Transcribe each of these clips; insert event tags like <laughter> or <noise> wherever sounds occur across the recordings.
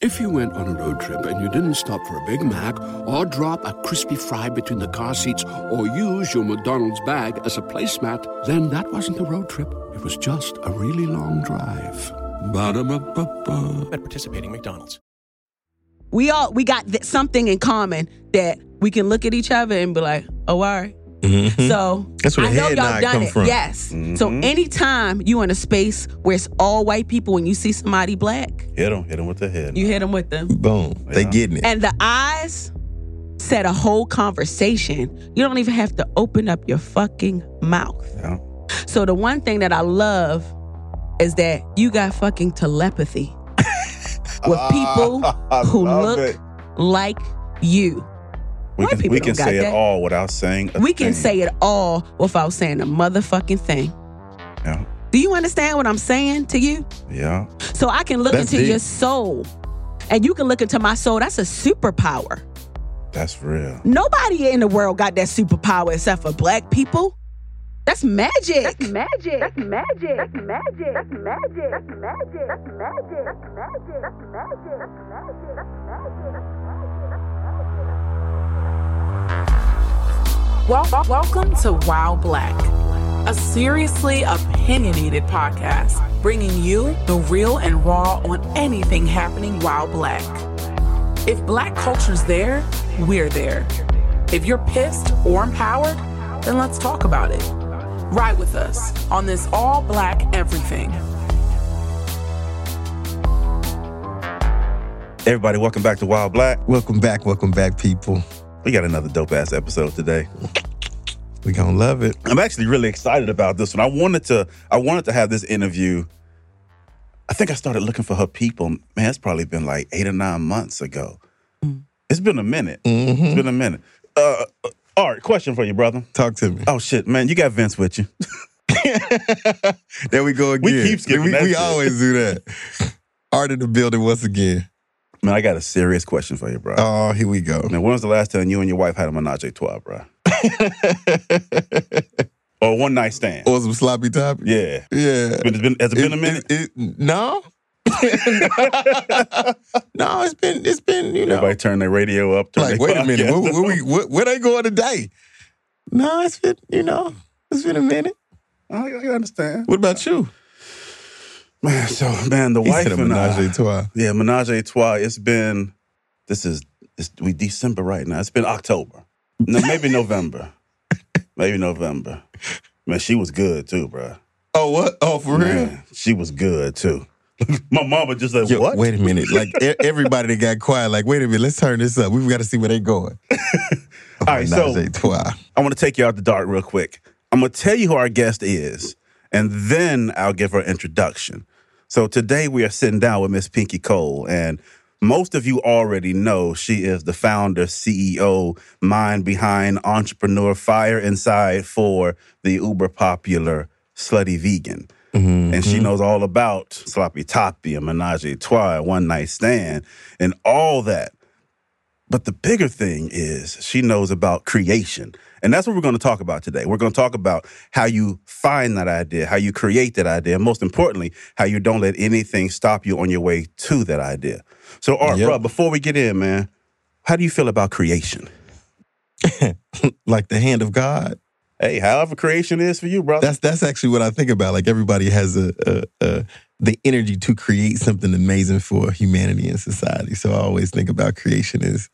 If you went on a road trip and you didn't stop for a Big Mac or drop a crispy fry between the car seats or use your McDonald's bag as a placemat, then that wasn't a road trip. It was just a really long drive. Ba-da-ba-ba-ba. At participating McDonald's. We all we got th- something in common that we can look at each other and be like, oh, all right. So Mm-hmm. That's where the I know head y'all nod done come it. from. Mm-hmm. Yes. So anytime you in a space where it's all white people and you see somebody black, Hit them, hit them with the head. you hit them with them. Boom. They getting it. And the eyes said a whole conversation. You don't even have to open up your fucking mouth. Yeah. So the one thing that I love is that you got fucking <laughs> telepathy with people I who look love it. like you. we white can, people we can don't got say it that. all without saying a We can thing. say it all without saying a motherfucking thing. Yeah. Do you understand what I'm saying to you? Yeah. So I can look That's into deep. your soul and you can look into my soul. That's a superpower. That's real. Nobody in the world got that superpower except for black people. That's magic. That's magic. That's magic. That's magic. That's magic. That's magic. That's magic. That's magic. That's magic. That's magic. That's Wel- wel- welcome to Wow Black, a seriously opinionated podcast bringing you the real and raw on anything happening while black. If black culture's there, we're there. If you're pissed or empowered, then let's talk about it. Ride with us on this all black everything. Everybody, welcome back to Wild Black. Welcome back, welcome back, people. We got another dope ass episode today. We gonna love it. I'm actually really excited about this one. I wanted to I wanted to have this interview. I think I started looking for her people. Man, it's probably been like eight or nine months ago. Mm. It's been a minute. Mm-hmm. It's been a minute. Uh, uh, all right, question for you, brother. Talk to me. Oh shit, man, you got Vince with you. There we go again. keep skipping We, that we shit. always do that. <laughs> Art in the building once again. Man, I got a serious question for you, bro. Oh, here we go. Man, when was the last time you and your wife had a menage a trois, bro? <laughs> or one night stand? Or some sloppy topic. yeah. Yeah. It's been, has it been a It- minute? it- it- no. <laughs> no, it's been it's been, you know. Everybody turn their radio up. Turn their like, wait a minute, <laughs> podcast where, where up. we where, where they going today? No, it's been, you know, it's been a minute. I, I understand. What about you? Man, so man, the He wife said a and menage I, a trois. yeah, menage a trois. It's been this is it's, we December right now. It's been October, no, <laughs> maybe November, maybe November. Man, she was good too, bro. Oh, what? Oh, for real? Man, she was good too. <laughs> My mama just like Yo, what? Wait a minute. Like e- everybody that got quiet, like, wait a minute, let's turn this up. We've got to see where they going. All right, so Menage a trois. I want to take you out the dark real quick. I'm gonna tell you who our guest is, and then I'll give her introduction. So today we are sitting down with Miss Pinky Cole, and most of you already know she is the founder, CEO, mind behind entrepreneur, fire inside for the uber popular Slutty Vegan. And she knows all about sloppy toppy and menage a trois, one night stand, and all that. But the bigger thing is she knows about creation. And that's what we're going to talk about today. We're going to talk about how you find that idea, how you create that idea, and most importantly, how you don't let anything stop you on your way to that idea. So, Art, Yep. bro, before we get in, man, how do you feel about creation? Like the hand of God. Hey, however creation is for you, bro. That's that's actually what I think about. Like everybody has a, a, a the energy to create something amazing for humanity and society. So I always think about creation as,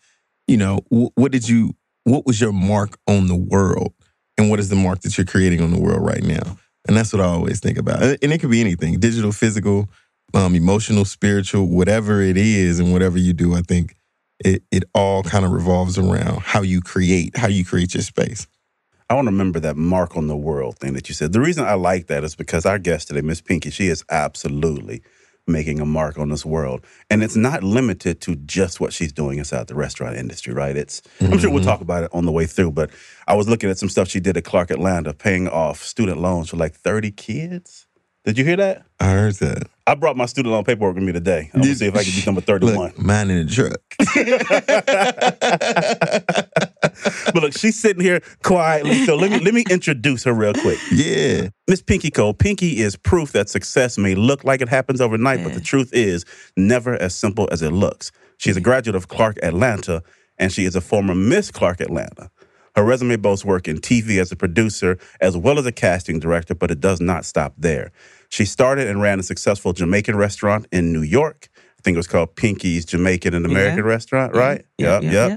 you know, wh- what did you, what was your mark on the world, and what is the mark that you're creating on the world right now? And that's what I always think about. And and it could be anything: digital, physical, um, emotional, spiritual, whatever it is, and whatever you do. I think it it all kind of revolves around how you create, how you create your space. I want to remember that mark on the world thing that you said. The reason I like that is because our guest today, Miss Pinky, she is absolutely making a mark on this world. And it's not limited to just what she's doing inside the restaurant industry, right? It's I'm sure we'll talk about it on the way through, but I was looking at some stuff she did at Clark Atlanta, paying off student loans for like 30 kids. Did you hear that? I heard that. I brought my student loan paperwork with me today. I'm gonna Did- <laughs> see if I can become a 31. Look, mine in the truck. but look, she's sitting here quietly. So let me let me introduce her real quick. <laughs> Yeah. Miss Pinky Cole, Pinky is proof that success may look like it happens overnight, but the truth is never as simple as it looks. She's a graduate of Clark Atlanta, and she is a former Miss Clark Atlanta. Her resume boasts work in TV as a producer as well as a casting director, but it does not stop there. She started and ran a successful Jamaican restaurant in New York. I think it was called Pinky's Jamaican and American Restaurant, right? Yeah, yeah, yeah.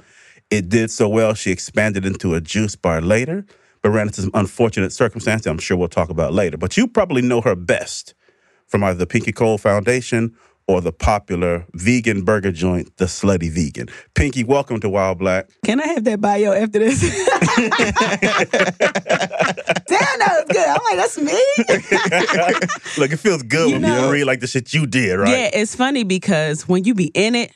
It did so well, she expanded into a juice bar later, but ran into some unfortunate circumstances I'm sure we'll talk about later. But you probably know her best from either the Pinky Cole Foundation or the popular vegan burger joint, The Slutty Vegan. Pinky, welcome to Wild Black. <laughs> Can I have that bio after <laughs> this? Damn, that was good. I'm like, that's me. Look, it feels good You when know- people read like the shit you did, right? Yeah, it's funny because when you be in it,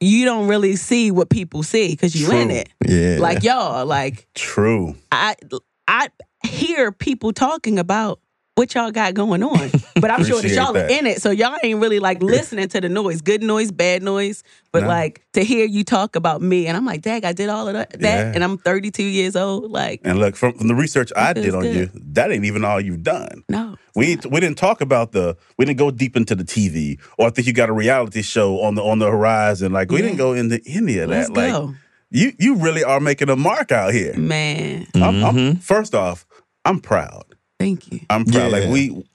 you don't really see what people see because you in True. it. Yeah. Like y'all, like True. I I hear people talking about what y'all got going on, but I'm sure that Appreciate y'all that. are in it, so y'all ain't really like listening to the noise, good noise, bad noise. But No. like to hear you talk about me, and I'm like, Dag, I did all of that, that Yeah. and I'm 32 years old. Like, And look, from, from the research I feels did on good. you, that ain't even all you've done. no, We ain't- we didn't talk about the we didn't go deep into the TV or I think you got a reality show on the on the horizon. Like we didn't go into any of let's that. Like go, you you really are making a mark out here. man. I'm, Mm-hmm. I'm, first off, I'm proud. Thank you. I'm proud. Yeah. Like we,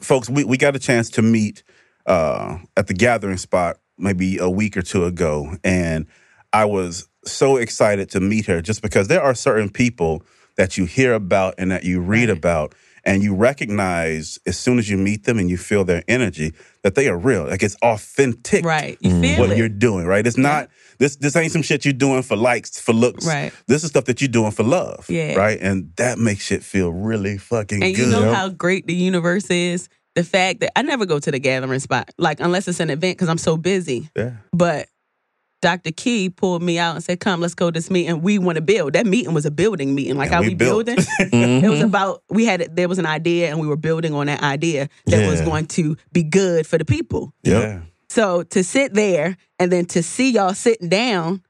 folks, we, we got a chance to meet uh, at the gathering spot maybe a week or two ago, and I was so excited to meet her just because there are certain people that you hear about and that you read about, and you recognize as soon as you meet them and you feel their energy that they are real. Like it's authentic Right, you feel what it. you're doing, right? It's not this this ain't some shit you're doing for likes, for looks. Right. This is stuff that you're doing for love. Yeah. Right. And that makes shit feel really fucking And good. you know how great the universe is. The fact that I never go to the gathering spot, like unless it's an event, because I'm so busy. yeah. But Dr. Key pulled me out and said, "Come, let's go to this meeting. We want to build." That meeting was a building meeting, like And how we we, built. <laughs> building. It was about we had there was an idea and we were building on that idea that was Yeah. going to be good for the people. Yeah. So to sit there and then to see y'all sitting down,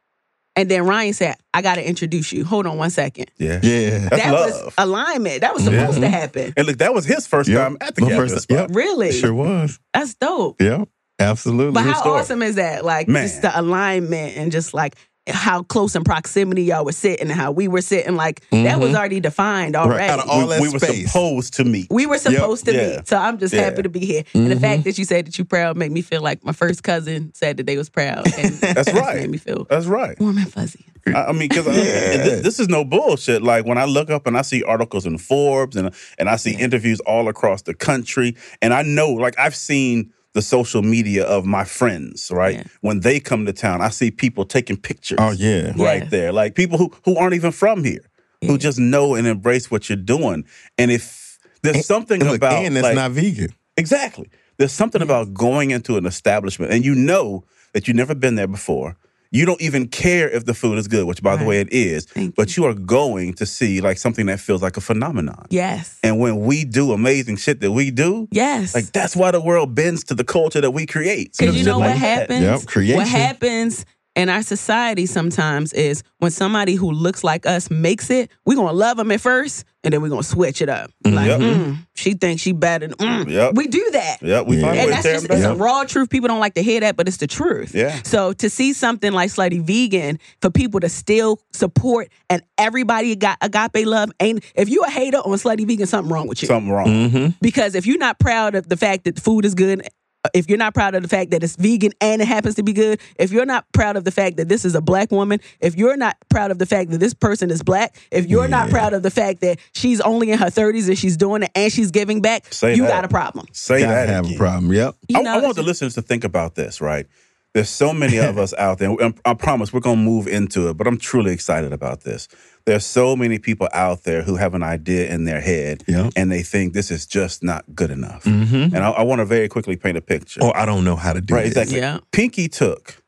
and then Ryan said, "I got to introduce you. Hold on one second. Yeah. Yeah. <laughs> That's that love. was alignment. That was Yeah. supposed to happen. and look, that was his first Yep. time at the My gathering first- spot. yep. Really, Sure was. that's dope." Yep. Absolutely. But how story. awesome is that? Like Man. just the alignment and just like how close in proximity y'all were sitting and how we were sitting. Like that Mm-hmm. was already defined already. Out of all we, that we were space. supposed to meet. we were supposed Yep, to yeah. meet. So I'm just Yeah. Mm-hmm. happy to be here. And the fact that you said that you proud made me feel like my first cousin said that they was proud. And That's <laughs> just <laughs> right. Made me feel That's right. warm and fuzzy. I, I mean, because this, this is no bullshit. Like when I look up and I see articles in Forbes and and I see interviews all across the country, and I know, like I've seen the social media of my friends. Right Yeah. when they come to town, I see people taking pictures. Oh yeah. right Yeah. there, like people who who aren't even from here, who just know and embrace what you're doing. And if there's something Look, about and that's like- not vegan. Exactly. There's something about going into an establishment and you know that you've never been there before. You don't even care if the food is good, which by the way it is, Thank but you are going to see like something that feels like a phenomenon. Yes. And when we do amazing shit that we do, Yes. like that's why the world bends to the culture that we create. Because you Shit know like what that. happens? Yep, creation. What happens in our society sometimes is when somebody who looks like us makes it, we're going to love them at first and then we're going to switch it up. Like, Yep. mm, she thinks she better. than- Mm. Yep. We do that. Yeah, we Yeah. find And a way to that's tear just them it's down. a raw truth. People don't like to hear that, but it's the truth. Yeah. So to see something like Slutty Vegan for people to still support and everybody got agape love ain't if you a hater on Slutty Vegan, something wrong with you. Something wrong. Mm-hmm. Because if you're not proud of the fact that the food is good, if you're not proud of the fact that it's vegan and it happens to be good, if you're not proud of the fact that this is a black woman, if you're not proud of the fact that this person is black, if you're not proud of the fact that she's only in her 30s and she's doing it and she's giving back, Say you that. got a problem. Say Gotta that have again. a problem. Yep. You I, know, I want it's the listeners to think about this, right? There's so many of us out there. and I promise we're going to move into it, but I'm truly excited about this. There's so many people out there who have an idea in their head Yeah. and they think this is just not good enough. And I, I want to very quickly paint a picture. Or Oh, I don't know how to do right, this. exactly. Yeah. Pinky took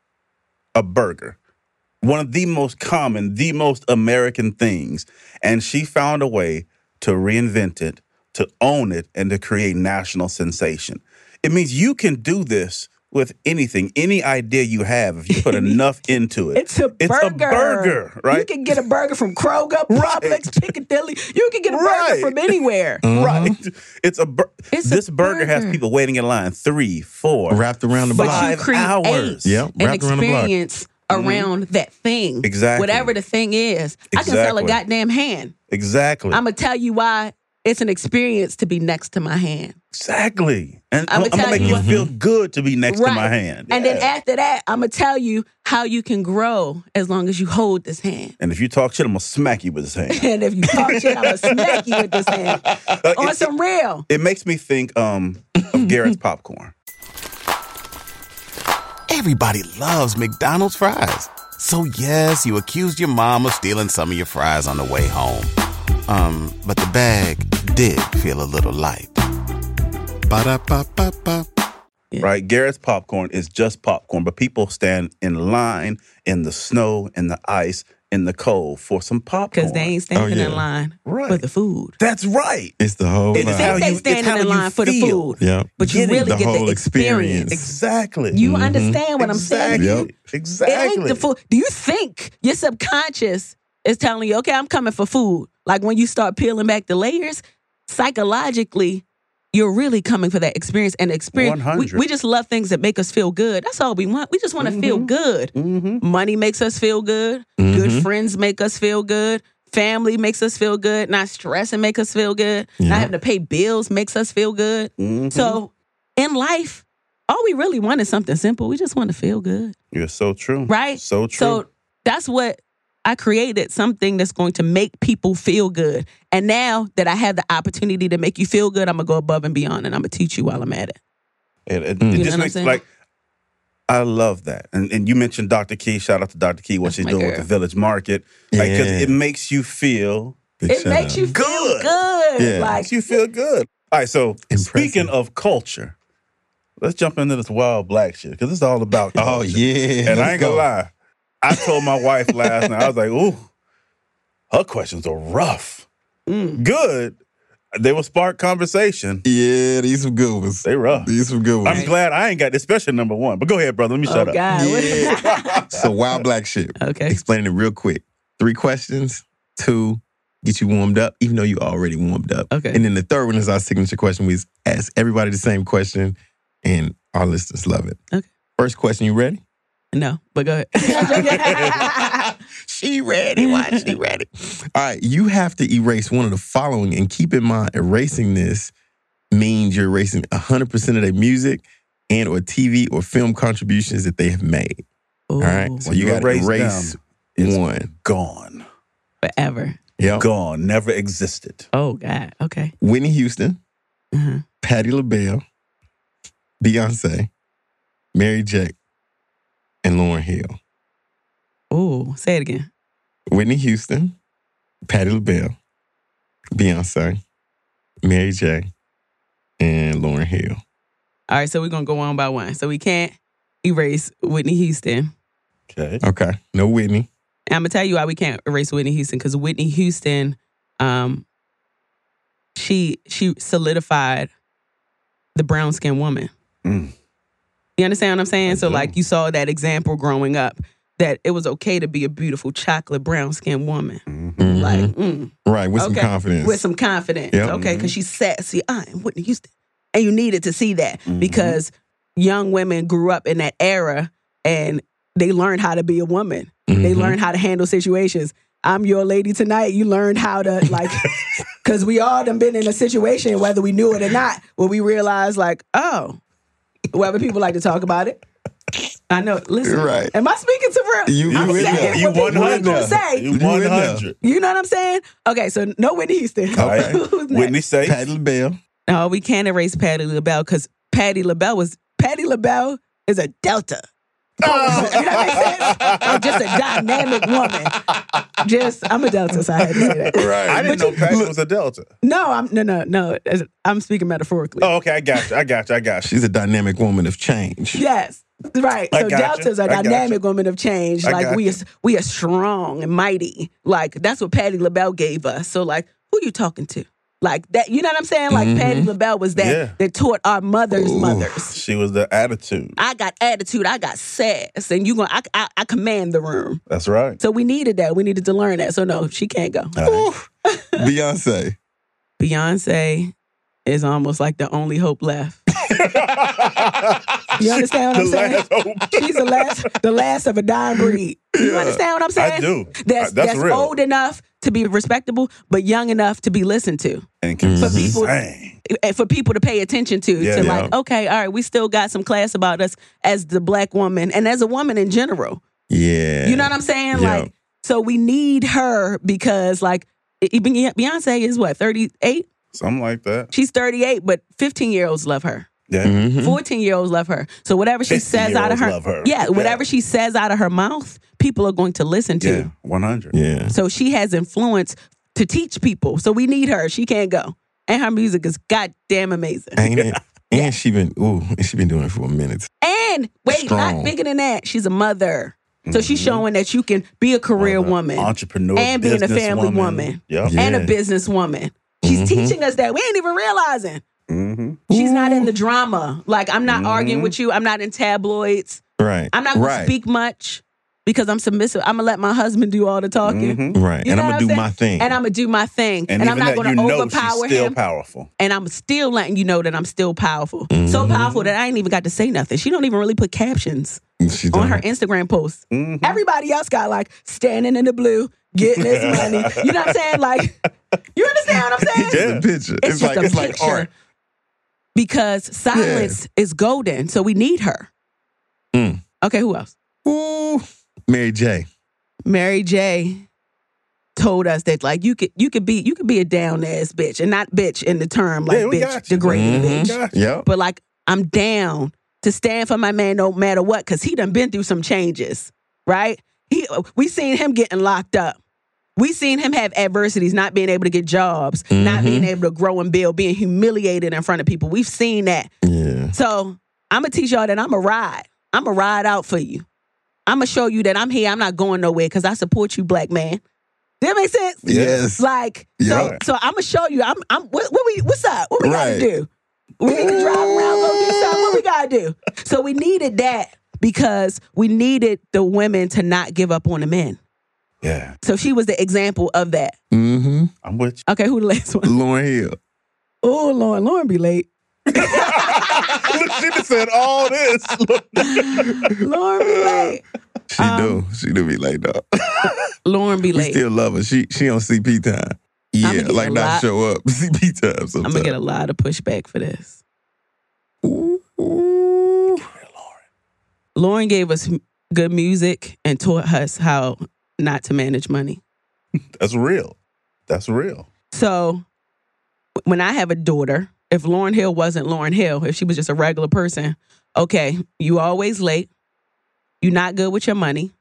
a burger, one of the most common, the most American things, and she found a way to reinvent it, to own it, and to create national sensation. It means you can do this with anything, any idea you have, <laughs> if you put enough into it, It's a it's burger. a burger, You right? <laughs> can get a burger from <laughs> Kroger, Publix, Piccadilly. You can get a Right. burger from anywhere. Right. It's a bur- It's a this burger, has burger. people waiting in line three, four, Wrapped around the But block. you five create hours. Yeah, an wrapped around the block. experience around that thing. Exactly. Whatever the thing is. I can sell a Exactly. goddamn hand. Exactly. I'm going to tell you why it's an experience to be next to my hand. exactly. And I'ma I'm, gonna tell make you you what- Mm-hmm. feel good to be next to my hand. And then Yeah. after that, I'm going to tell you how you can grow as long as you hold this hand. <laughs> and if you talk shit, I'm gonna smack you with this hand. And if you talk shit, I'm going to smack you with this <laughs> hand. Uh, On it, some real. it makes me think um, <laughs> of Garrett's popcorn. Everybody loves McDonald's fries. So yes, you accused your mom of stealing some of your fries on the way home. Um, but the bag did feel a little light. Ba-da-ba-ba-ba. right? Garrett's popcorn is just popcorn, but people stand in line in the snow, in the ice, in the cold for some popcorn. Because they ain't standing yeah. in line Oh, Right. for the food. That's right. It's the whole It's vibe. how Think you- they it's standing how in you line for the feel. food. Yeah. But you Getting really the get whole the experience. experience. Exactly. Mm-hmm. You understand what I'm saying? exactly. Yep. It Exactly. ain't the food. Do you think your subconscious is telling you, okay, I'm coming for food? Like when you start peeling back the layers, psychologically, you're really coming for that experience and experience. We, 100. we just love things that make us feel good. That's all we want. We just want to feel good. Mm-hmm. Money makes us feel good. Good friends make us feel good. Family makes us feel good. Not stressing makes us feel good. Not having to pay bills makes us feel good. Mm-hmm. So in life, all we really want is something simple. We just want to feel good You're so true. right? So true. So that's what I created something that's going to make people feel good. And now that I have the opportunity to make you feel good, I'm gonna go above and beyond, and I'm gonna teach you while I'm at it. It, it, You it know what just I'm makes saying? like I love that. And and you mentioned Dr. Key. Shout out to Dr. Key, what That's she's my doing with girl. the village market. Like 'cause Yeah. it makes you feel Big It shout makes out. you feel Good. good. Yeah. Like makes you feel good. All right, so Impressive. speaking of culture, let's jump into this wild black shit. Cause it's all about <laughs> Oh culture. yeah. And I Let's ain't gonna go. lie. I told my <laughs> wife last night, I was like, ooh, her questions are rough. Mm. Good. They will spark conversation. Yeah, these some good ones. They rough. These some good ones. I'm glad I ain't got this special number one. But go ahead, brother. Let me oh shut up. god, what- Yeah. <laughs> so wild black shit. <laughs> okay, Explain it real quick. Three questions. Two, get you warmed up, even though you already warmed up. Okay. And then the third one is our signature question. We ask everybody the same question, and our listeners love it. Okay. First question. You ready? <laughs> no, but go <laughs> ahead. she ready. Why she ready? All right. You have to erase one of the following, and keep in mind, erasing this means you're erasing 100 percent of their music and or TV or film contributions that they have made. <laughs> All right. Ooh, So you you got to erase erase them, it's- one. Gone. forever. Yeah. Gone. Never existed. Oh god, okay. Whitney Houston, Uh-huh. Patti LaBelle, Beyonce, Mary J. and Lauren Hill. Ooh, say it again. Whitney Houston, Patti LaBelle, Beyonce, Mary J. and Lauren Hill. All right, so we're gonna go one by one. So we can't erase Whitney Houston. Okay. Okay. No Whitney. And I'm gonna tell you why we can't erase Whitney Houston because Whitney Houston, um, she she solidified the brown skinned woman. Mm. You understand what I'm saying? so do. like you saw that example growing up that it was okay to be a beautiful chocolate brown skinned woman, Mhm. like Mm-hmm. mm, right, with okay. some confidence. with some confidence, Yep. Mm-hmm. okay, because she's sassy. I'm Whitney Houston, and you needed to see that Mm-hmm. because young women grew up in that era and they learned how to be a woman. They Mhm. learn how to handle situations. I'm your lady tonight. You learned how to <laughs> like, because we all done been in a situation, whether we knew it or not, where we realized like, oh, whether people like to talk about it. I know. Listen, Right. am I speaking to real? You- I'm you in saying there. what You people ain't 100. gonna say. You You in there. 100. You know what I'm saying? Okay, so no Whitney Houston. All right. <laughs> Who's next? Whitney safe. <laughs> Patti LaBelle. No, we can't erase Patty LaBelle because Patty LaBelle was Patty LaBelle is a <laughs> Delta. Oh, you know <laughs> what I'm saying? Like, Oh, just a dynamic woman. Just I'm a Delta, so I had to say <laughs> that. I didn't know Patty was a Delta. No, I'm no no no. as- I'm speaking metaphorically. Oh, okay. I got you. I got you. I got you. She's a dynamic woman of change. Yes. Right. I So gotcha. Deltas are I gotcha. dynamic women of change. I Like we are gotcha. we are strong and mighty. Like that's what Patty LaBelle gave us. So like who you talking to? Like that, you know what I'm saying? Like Patty LaBelle was that Mm-hmm. Yeah. that taught our mothers, Ooh, mothers. She was the attitude. I got attitude, I got sass, and you gonna I, I, I command the room. That's right. So we needed that. We needed to learn that. So no, she can't go. All Beyonce. Beyonce is almost like the only hope left. <laughs> right. You understand what I'm <laughs> The saying? <laughs> last hope. She's the last, the last of a dying breed. You understand what I'm saying? I do. That's I- Uh, that's that's, real. old enough to be respectable, but young enough to be listened to, And can For people- Dang. and for people to pay attention to. Yeah, to yeah. like, okay, all right, we still got some class about us as the black woman and as a woman in general. Yeah. You know what I'm saying? Yeah. Like, so we need her because, like, e- Bey- Beyonce is what 38. something like that. She's 38, but 15 year olds love her. Yeah. Mm-hmm. 14 year olds love her. So whatever she says out of 15-year-olds her, Hmm. love her. yeah, whatever Yeah. she says out of her mouth, people are going to listen to. Yeah. One hundred. Yeah. So she has influence to teach people. So we need her. She can't go. And her music is goddamn amazing. Ain't it? And she been ooh, and she been doing it for a minute. And wait, Strong. not bigger than that, she's a mother. So she's Mm-hmm. showing that you can be a career woman entrepreneur, and being a business family woman, Yep. Yeah. and a businesswoman. She's Mm-hmm. teaching us that. We ain't even realizing. Mhm. She's not in the drama. Like, I'm not Mm-hmm. arguing with you. I'm not in tabloids. Right. I'm not going right. to speak much because I'm submissive. I'm going to let my husband do all the talking. Mm-hmm. Right. You and know I'm what gonna do saying? my thing. And I'm going to do my thing. And, And, I'm even not that, you going to know, she's overpower still him. powerful. and I'm still letting you know that I'm still powerful. So powerful that I ain't even got to say nothing. She don't even really put captions she on done her it. <laughs> Instagram posts. Everybody else got like standing in the blue, getting this money. You know what I'm saying? Like, you understand what I'm saying? It's a picture. It's, just like a it's like picture. art. Because silence is golden, so we need her. Mm. Okay, who else? Ooh. Mary J. Mary J told us that like you could you could be you could be a down ass bitch and not bitch in the term like Yeah, we bitch got you. Mm-hmm. degrading Mhm. bitch. Gotcha. Yep. but like I'm down to stand for my man no matter what because he done been through some changes, right? He we seen him getting locked up. We seen him have adversities, not being able to get jobs, not being able to grow and build, being humiliated in front of people. We've seen that. Yeah. So I'm gonna teach y'all that I'm a ride. I'm a ride out for you. I'm gonna show you that I'm here. I'm not going nowhere because I support you, black man. That make sense? Yes. Like Yeah. so. So I'm gonna show you. I'm. I'm. What, what we? What's up? What we gotta Right. do? We need to drive around, go do something. What we gotta do? So we needed that because we needed the women to not give up on the men. Yeah, So she was the example of that. Mm-hmm. I'm <laughs> with you. Okay, who the last <laughs> one? Lauren Hill. Oh, Lauren. Lauren be late. Look, she just said all <laughs> this. Look. Lauren be late. She Um, do. She do be like, dog. Lauren be <laughs> We late. still love her. She she on CP time. I'ma Yeah, get like a not lot- show up. <laughs> CP time I'm sometimes. gonna get a lot of pushback for this. Ooh, ooh. Lauren gave us m- good music and taught us how not to manage money. That's real. That's real. So when I have a daughter, if Lauren Hill wasn't Lauren Hill, if she was just a regular person, okay, you always late. You're not good with your money.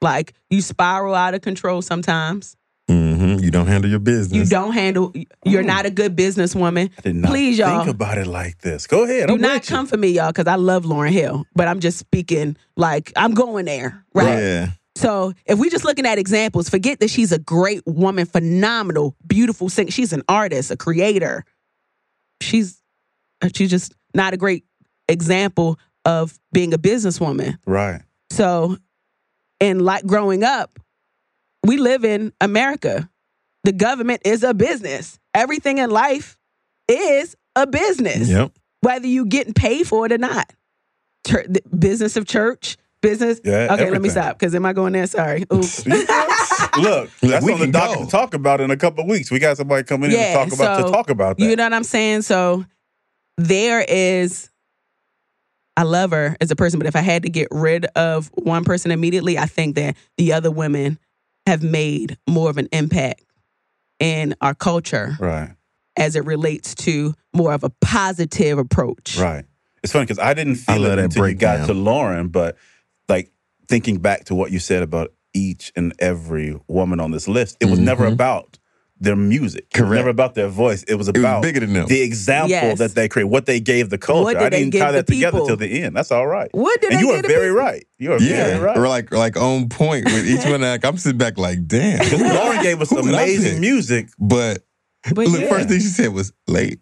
Like you spiral out of control sometimes. hmm You don't handle your You business. don't handle Oh. you're not a good businesswoman. I did not Please, think y'all. about it like this. Go ahead. Do I'm not with you. come for me, y'all, because I love Lauren Hill. But I'm just speaking like I'm going there. Right. Yeah. So if we're just looking at examples, forget that she's a great woman, phenomenal, beautiful singer. She's an artist, a creator. She's uh, she's just not a great example of being a businesswoman. Right. So, and like growing up, we live in America. The government is a business. Everything in life is a business Yep. whether you getting paid for it or not. Chur- the business of church, business. Yeah, okay, let me everything. stop because am I going there? Sorry. <laughs> Ooh. <laughs> Look, that's we on the can docket go. to talk about in a couple of weeks. We got somebody coming Yeah, in to talk about to so, talk about that. you know what I'm saying? So there is. I love her as a person, but if I had to get rid of one person immediately, I think that the other women have made more of an impact in our culture right. as it relates to more of a positive approach. Right. It's funny because I didn't I feel love it that until you got breakdown. to Lauren, but like thinking back to what you said about each and every woman on this list, it was never about their music. It was Mm-hmm. Correct. never about their voice. It was was about bigger than them. the example Yes. that they created, what they gave the culture. did I they didn't give tie the that together people? till the end. That's all right. What did and they you give are the very people? right. You are Yeah. very right. We're like like on <laughs> point with each one. Like I'm sitting back like, damn. Lauren gave us Who did I pick? amazing music, But <laughs> But Look, yeah. first thing she said was late.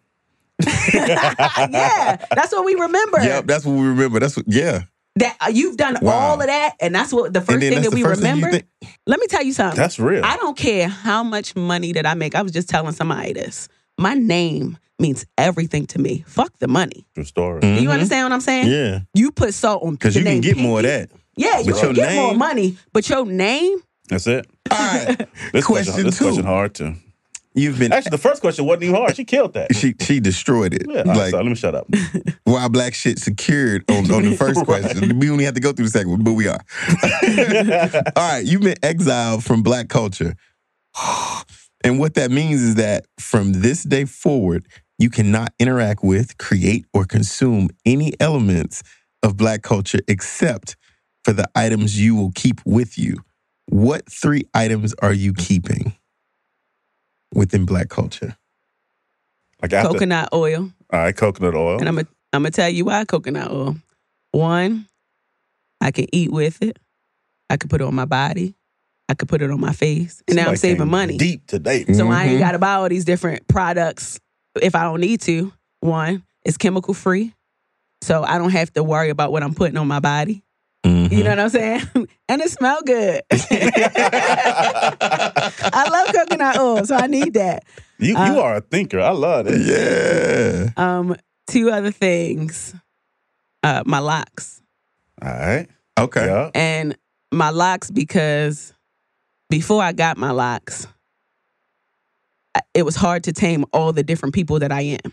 yeah, that's what we remember. Yep, that's what we remember. That's what. Yeah, That uh, you've done Wow. all of that, and that's what the first and then thing that's that the we first remember. thing you think. Let me tell you something. That's real. I don't care how much money that I make. I was just telling somebody this. My name means everything to me. Fuck the money. True story. Do you Mhm. understand what I'm saying? Yeah, You put salt on because the you can name get more of Pinky. that. Yeah, you But can your get more name- money, but your name. That's it. All right, This question, Question this two. question hard too. you've been. Actually, the first question wasn't even hard. She killed that. <laughs> She she destroyed it. Yeah, all right, like so let me shut up. why black shit secured on, on <laughs> the first question. We only have to go through the second one, but we are. <laughs> All right, you've been exiled from black culture. <sighs> And what that means is that from this day forward, you cannot interact with, create, or consume any elements of black culture except for the items you will keep with you. What three items are you keeping within black culture? Like after, coconut oil. all right, coconut Oh. oil. And I'm gonna I'm gonna tell you why coconut oil. One, I can eat with it. I could put it on my body. I could put it on my face. And now I'm Somebody saving came money. Deep today. So I Mhm. Mm-hmm. ain't gotta buy all these different products if I don't need to. One, it's chemical free. So I don't have to worry about what I'm putting on my body. Mm-hmm. You know what I'm saying? <laughs> and it smell good. <laughs> I love coconut oil, so I need that. Mm-hmm. You, you Uh, are a thinker. I love it. Yeah. Um, two other things. Uh, my locks. All right. Okay. Yeah. and my locks because before I got my locks, I- it was hard to tame all the different people that I am,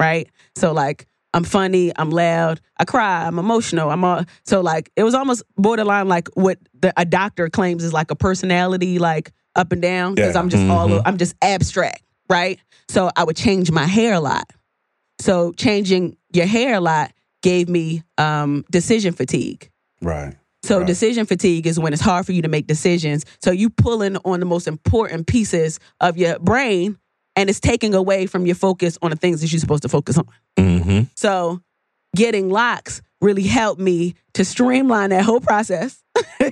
right? So like I'm funny, I'm loud, I cry, I'm emotional, I'm all so like it was almost borderline like what the, a doctor claims is like a personality like up and down because Yeah. I'm just all Mhm. o- I'm just abstract, right? So I would change my hair a lot. So changing your hair a lot gave me um, decision fatigue. Right. So Right. decision fatigue is when it's hard for you to make decisions. So you pulling on the most important pieces of your brain and it's taking away from your focus on the things that you're supposed to focus on. Mm-hmm. So getting locks really helped me to streamline that whole process. <laughs>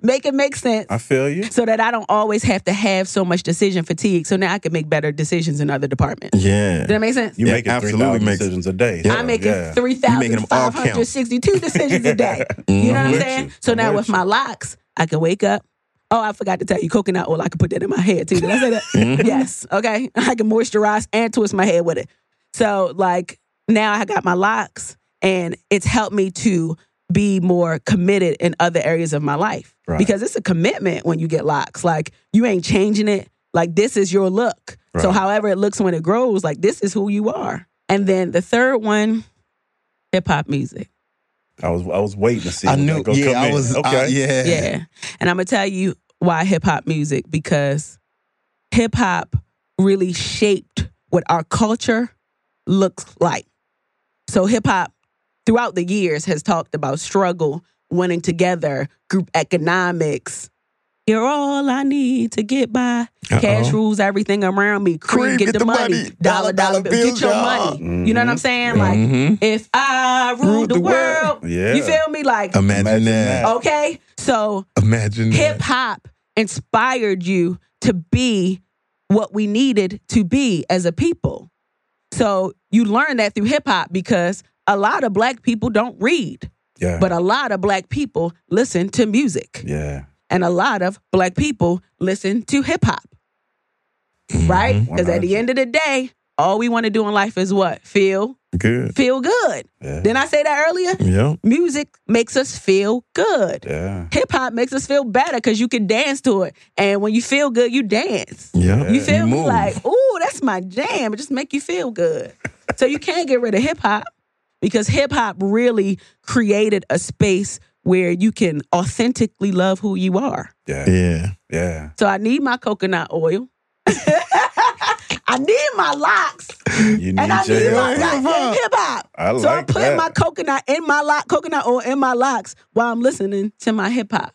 make it make sense I feel you. so that I don't always have to have so much decision fatigue. So now I can make better decisions in other departments. Yeah. Does that make sense? You Yeah, make making absolutely 3,000 makes- decisions a day. Yeah. I'm making Yeah. 3,562 decisions a day. You know what I'm I'm with saying? you. So I'm now with with you. my locks, I can wake up. Oh, I forgot to tell you, coconut oil. I can put that in my hair too. Did I say that? yes. Okay. <laughs> I can moisturize and twist my hair with it. So like now I got my locks, and it's helped me to be more committed in other areas of my life Right. because it's a commitment when you get locks. Like you ain't changing it. Like this is your look. So Right. however it looks when it grows, like this is who you are. And then the third one, hip hop music. I was I was waiting to see. I when knew. that gonna Yeah, come I in. was. Okay. I, yeah. uh, Yeah. And I'm going to tell you why hip hop music because hip hop really shaped what our culture looks like. So hip hop throughout the years has talked about struggle, winning together, group economics. You're all I need to get by. Cash Uh-oh. rules everything around me. Cream, get, the, money. Dollar, dollar, bill. Get your y'all. money. You know what I'm saying? Like, Mhm. if I Mm-hmm. ruled, the, world, Yeah. you feel me? Like, Imagine Imagine that. that. okay. So Imagine hip that. hop inspired you to be what we needed to be as a people. So you learn that through hip hop because a lot of black people don't read, Yeah. but a lot of black people listen to music, yeah. and a lot of black people listen to hip hop. Mm-hmm. Right? Because at the 100. end of the day, all we want to do in life is what? Feel Good. feel good. Yeah. Didn't I say that earlier? Yep. Music makes us feel good. yeah. Hip hop makes us feel better because you can dance to it. And when you feel good, you dance. Yep. You feel me? move. Like, ooh, that's my jam. It just make you feel good. so you can't get rid of hip hop because hip hop really created a space where you can authentically love who you are. Yeah. Yeah. Yeah. So I need my coconut oil. <laughs> I need my locks. You need And I need your my help. locks in hip hop. I so I'm like putting that. my coconut in my lock, coconut oil in my locks while I'm listening to my hip hop.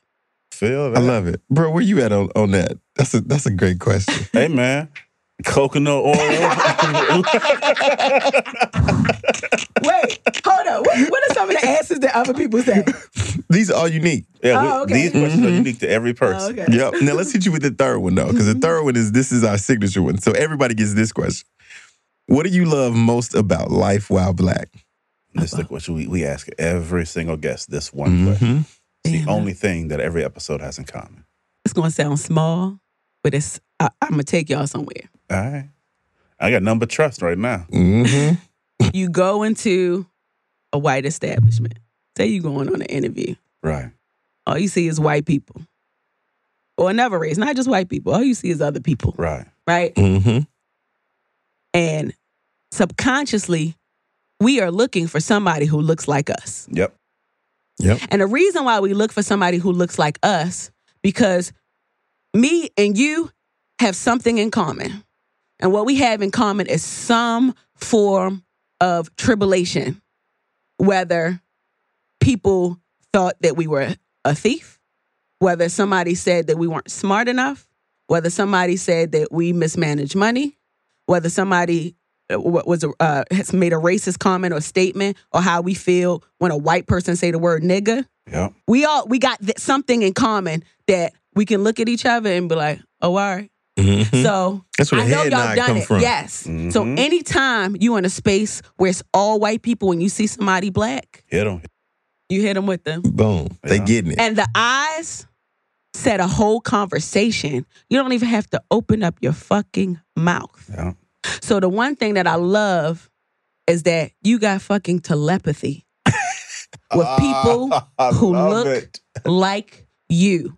Feel I <laughs> that. love it, bro. Where you at on, on that? That's a that's a great question. Hey man, coconut oil. Wait, hold on. What, what are some of the answers that other people say? These are all unique. yeah, we- Oh, okay. these questions Mm-hmm. are unique to every Oh, person. okay. Yep. Now let's hit you with the third one though, because Mm-hmm. the third one is this is our signature one. So everybody gets this question. What do you love most about life while black? This Uh-huh. is what we, we ask every single guest this one Mm-hmm. question. It's the Damn. only thing that every episode has in common. It's gonna sound small, but it's I, I'm gonna take y'all somewhere. All right. I got number trust right now. Mm-hmm. you go into a white establishment. Say you going on an interview. Right. All you see is white people. Or another race, not just white people. All you see is other people, Right. right? Mm-hmm. And subconsciously, we are looking for somebody who looks like us. Yep. And the reason why we look for somebody who looks like us, because me and you have something in common. And what we have in common is some form of tribulation, whether people thought that we were a thief, whether somebody said that we weren't smart enough, whether somebody said that we mismanaged money, whether somebody uh, w- was a- uh, has made a racist comment or statement, or how we feel when a white person say the word nigga. Yep. We all we got th- something in common that we can look at each other and be like, "Oh, all right." Mm-hmm. So That's where I the know head y'all nod done come it. from. Mm-hmm. Yes. So Mhm. anytime you in a space where it's all white people and you see somebody black, Hit them. you hit them with them. Boom. They Yeah. getting it. And the eyes said a whole conversation. You don't even have to open up your fucking mouth. <laughs> Yeah. So the one thing that I love is that you got fucking <laughs> telepathy with people Ah, I who love look it. like you.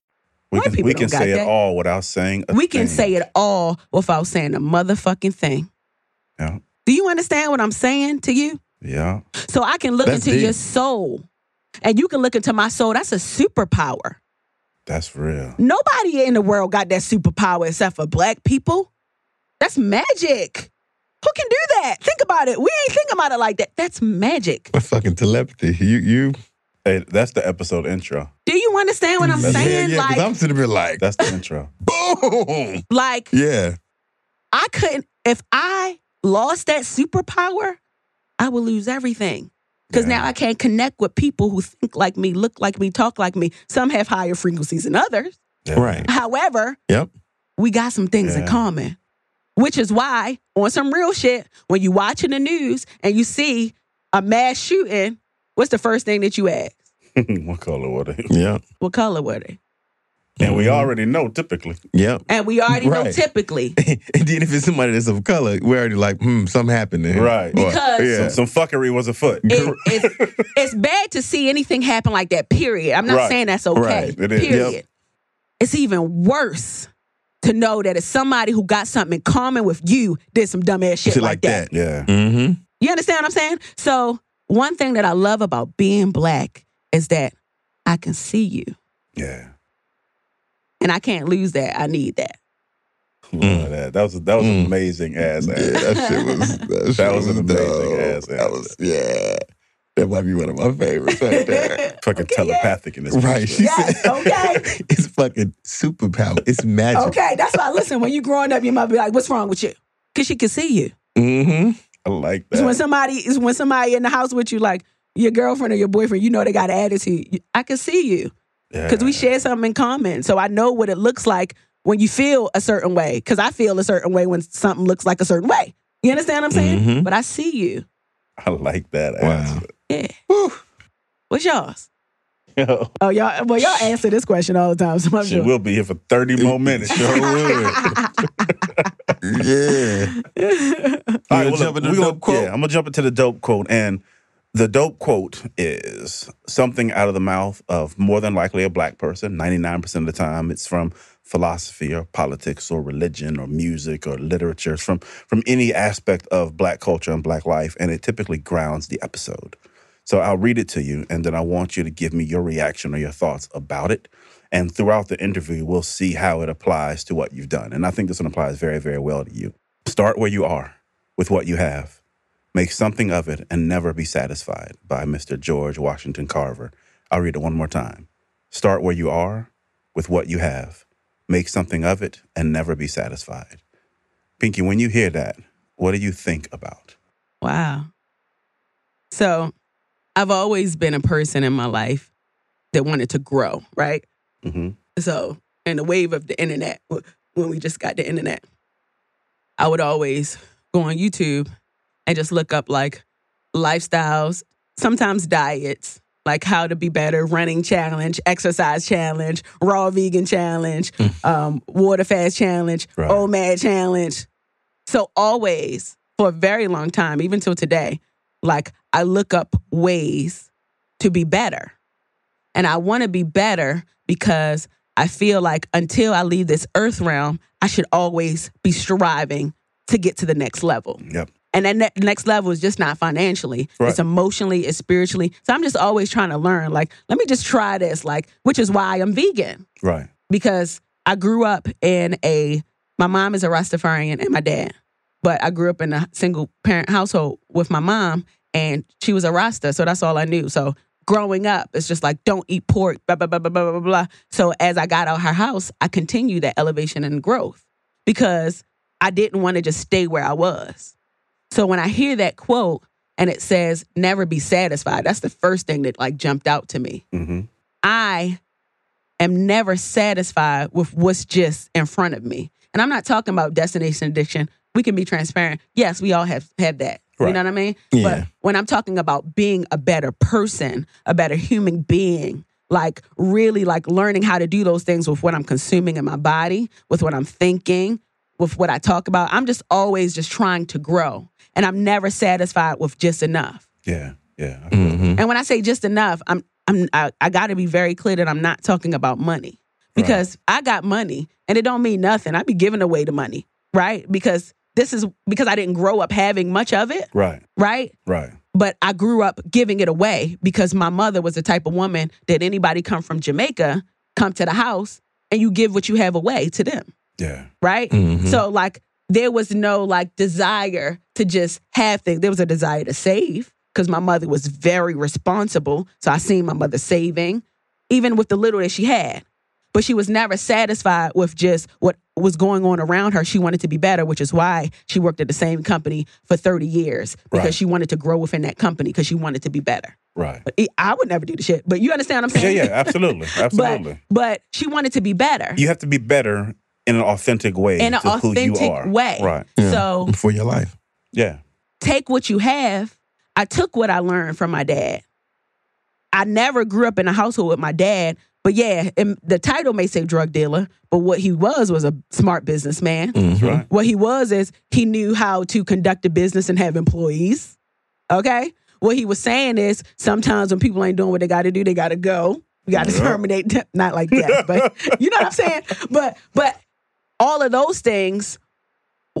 We White can, people we can don't got say it that. all without saying a We can thing. say it all without saying a motherfucking thing. Yeah. Do you understand what I'm saying to you? Yeah. So I can look That's into deep. your soul and you can look into my soul. That's a superpower. That's real. Nobody in the world got that superpower except for black people. That's magic. Who can do that? Think about it. We ain't thinking about it like that. That's magic. My fucking telepathy. You you Hey, that's the episode intro. Do you understand what I'm That's- yeah, saying? yeah, like, 'cause I'm sitting there like That's the intro. <laughs> boom. like Yeah. I couldn't, if I lost that superpower, I would lose everything. Because Yeah. now I can't connect with people who think like me, look like me, talk like me. Some have higher frequencies than others. Yeah. Right. However, Yep. we got some things in Yeah. common, which is why, on some real shit, when you watching the news and you see a mass shooting, what's the first thing that you ask? what color were they? Yeah. What color were they? And Mm-hmm. we already know typically. Yep. <laughs> And we already know Right. typically and then if it's somebody that's of color, we're already like, hmm, something happened to him. Right. Or- Because- yeah. Some fuckery was afoot. it, it's, it's bad to see anything happen like that, period. I'm not Right. saying that's okay. Right. It is. Period. Yep. It's even worse to know that it's somebody who got something in common with you did some dumbass shit, Shit like that. Yeah. <laughs> Mm-hmm. You understand what I'm saying? So, one thing that I love about being black is that I can see you Yeah. and I can't lose that. I need that. Love that. That was that was Mm. amazing ass. Yeah, ass. that shit was that, shit was an amazing ass That was yeah. That might be one of my favorites <laughs> right there. Fucking telepathic in this. right. She Yes, said okay. <laughs> it's fucking superpower. It's magic. Okay, that's why. Listen, when you growing up, you might be like, "What's wrong with you?" Because she can see you. Mm-hmm. I like It's when that. somebody is when somebody in the house with you, like your girlfriend or your boyfriend, you know they got an attitude. You- I can see you because we share something in common, so I know what it looks like when you feel a certain way. Because I feel a certain way when something looks like a certain way. You understand what I'm saying? Mm-hmm. Mhm. But I see you. I like that Wow. answer. Yeah. What's yours? <laughs> Yo, Oh, y'all. Well, y'all answer this question all the time. So I'm she will be here for 30 more minutes. Sure would. yeah. All You gonna well, jump into we the gonna- dope quote? Yeah, I'm gonna jump into the dope quote. And The dope quote is something out of the mouth of more than likely a black person. 99% of the time, it's from philosophy or politics or religion or music or literature. It's from, from any aspect of black culture and black life, and it typically grounds the episode. So I'll read it to you, and then I want you to give me your reaction or your thoughts about it. And throughout the interview, we'll see how it applies to what you've done. And I think this one applies very, very well to you. Start where you are with what you have. Make something of it and never be satisfied by Mr. George Washington Carver. I'll read it one more time. Start where you are with what you have. Make something of it and never be satisfied. Pinky, when you hear that, what do you think about? Wow. So I've always been a person in my life that wanted to grow, right? Mm-hmm. So, in the wave of the internet, when we just got the internet, I would always go on YouTube and just look up like lifestyles, sometimes diets, like how to be better, running challenge, exercise challenge, raw vegan challenge, um, water fast challenge, Right. OMAD challenge. So always for a very long time, even till today, like I look up ways to be better. And I want to be better because I feel like until I leave this earth realm, I should always be striving to get to the next level. Yep. And that ne- next level is just not financially. Right. It's emotionally, it's spiritually. So I'm just always trying to learn. Like, let me just try this. Like, which is why I'm vegan Right. because I grew up in a my mom is a Rastafarian and my dad, but I grew up in a single parent household with my mom and she was a Rasta, so that's all I knew. So growing up, it's just like don't eat pork, blah blah blah blah blah blah blah. So as I got out her house, I continued that elevation and growth because I didn't want to just stay where I was. So when I hear that quote and it says never be satisfied, that's the first thing that like jumped out to me. Mm-hmm. I am never satisfied with what's just in front of me. And I'm not talking about destination addiction. We can be transparent. Yes, we all have have that. You Right. know what I mean? Yeah. But when I'm talking about being a better person, a better human being, like really like learning how to do those things with what I'm consuming in my body, with what I'm thinking, with what I talk about, I'm just always just trying to grow. And I'm never satisfied with just enough. Yeah. Yeah. Mm-hmm. And when I say just enough, I'm I'm I, I got to be very clear that I'm not talking about money because I got money and it don't mean nothing. I be giving away the money, right? Because this is because I didn't grow up having much of it, Right. right? Right. But I grew up giving it away because my mother was the type of woman that anybody come from Jamaica come to the house and you give what you have away to them, Yeah. right? Mm-hmm. Mhm. So like there was no like desire to just have things. There was a desire to save because my mother was very responsible. So I seen my mother saving, even with the little that she had. But she was never satisfied with just what was going on around her. She wanted to be better, which is why she worked at the same company for 30 years because Right. she wanted to grow within that company because she wanted to be better. Right. But e, I would never do the shit, but you understand what I'm Yeah. saying? Yeah. Absolutely. Absolutely. <laughs> but, but she wanted to be better you have to be better in an authentic way in an to who you authentic are. way. Right. Yeah. So For your life. Yeah. take what you have. I took what I learned from my dad. I never grew up in a household with my dad, but yeah, and the title may say drug dealer, but what he was was a smart businessman. That's right. What he was is he knew how to conduct a business and have employees. Okay? What he was saying is sometimes when people ain't doing what they got to do, they got to go. You got to Yeah. terminate them. Not like that, <laughs> but you know what I'm saying? But but all of those things